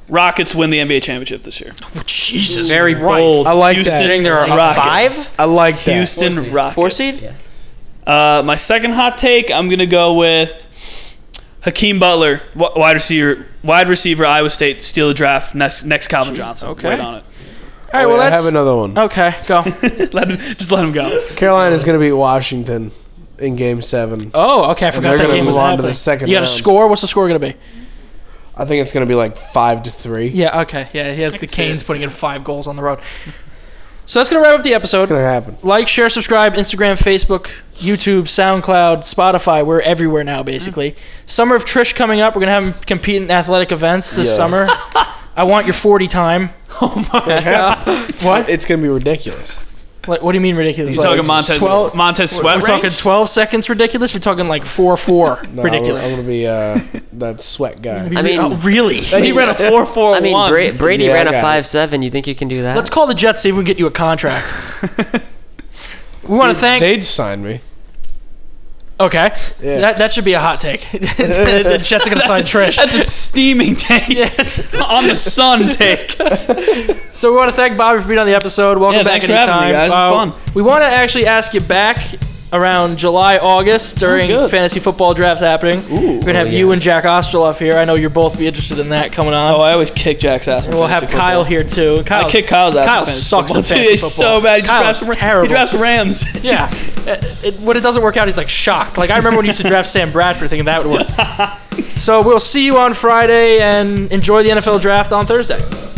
Rockets win the NBA championship this year.
Jesus.
Very
Christ.
bold.
I like
Houston,
Sitting there are up
Rockets.
five.
that. I like that.
Houston Rockets.
Four seed?
Uh, my second hot take, I'm gonna go with Hakeem Butler, wi- wide receiver, wide receiver, Iowa State, steal the draft next next Calvin Johnson.
okay.
Wait on
All right,
Wait,
well
I have
that's
another one.
okay. Go.
it. let him, just let him go.
Carolina's gonna beat Washington in Game Seven.
Oh, okay. I
they're
forgot that
gonna
game was
move on to
happening.
the second
you got a
round.
score? What's the score gonna be?
I think it's gonna be like five to three.
Yeah. Okay. Yeah. He has the
can see
Canes putting in five goals on the road. So that's gonna wrap up the episode.
It's gonna happen.
like, share, subscribe, Instagram, Facebook, YouTube, SoundCloud, Spotify. We're everywhere now, basically.
Mm.
Summer of Trish coming up. We're gonna have him compete in athletic events this
Yeah.
summer. I want your 40 time.
What? It's gonna be ridiculous.
Like, what do you mean ridiculous?
He's
Like,
talking Montez
twelve-
Montez Sweat.
We're talking
range?
12 seconds ridiculous. We're talking like 4 4
No,
ridiculous.
I'm, gonna- I'm gonna be uh, that sweat guy.
I mean,
oh, really?
He ran a four four
I mean,
one.
Bra- Brady
Yeah, I
ran a
got it.
five seven. You think you can do that?
Let's call the Jets, see if we can get you a contract. we want to thank.
They'd sign me.
okay.
Yeah.
That, that should be a hot take. the Jets are going to sign Trish.
That's a steaming take on the sun take.
So we want to thank Bobby for being on the episode. Welcome
Yeah,
back
thanks for
anytime.
having me, guys. It was
Uh, We want to actually ask you back around July, August during
good. oh,
fantasy football drafts happening. We're gonna have you and Jack Ostrolov here. I know you're both be interested in that coming on.
Oh, I always kick Jack's ass.
and we'll have Kyle here too. Kyle
I kick Kyle's ass. in
Kyle
fantasy
sucks
football.
at fantasy
Dude, he's
football.
so bad. He
Kyle's
drafts,
terrible.
He drafts Rams.
Yeah. It- it- when it doesn't work out, he's like shocked. Like I remember when you used to draft Sam Bradford thinking that would work. So we'll see you on Friday and enjoy the NFL draft on Thursday.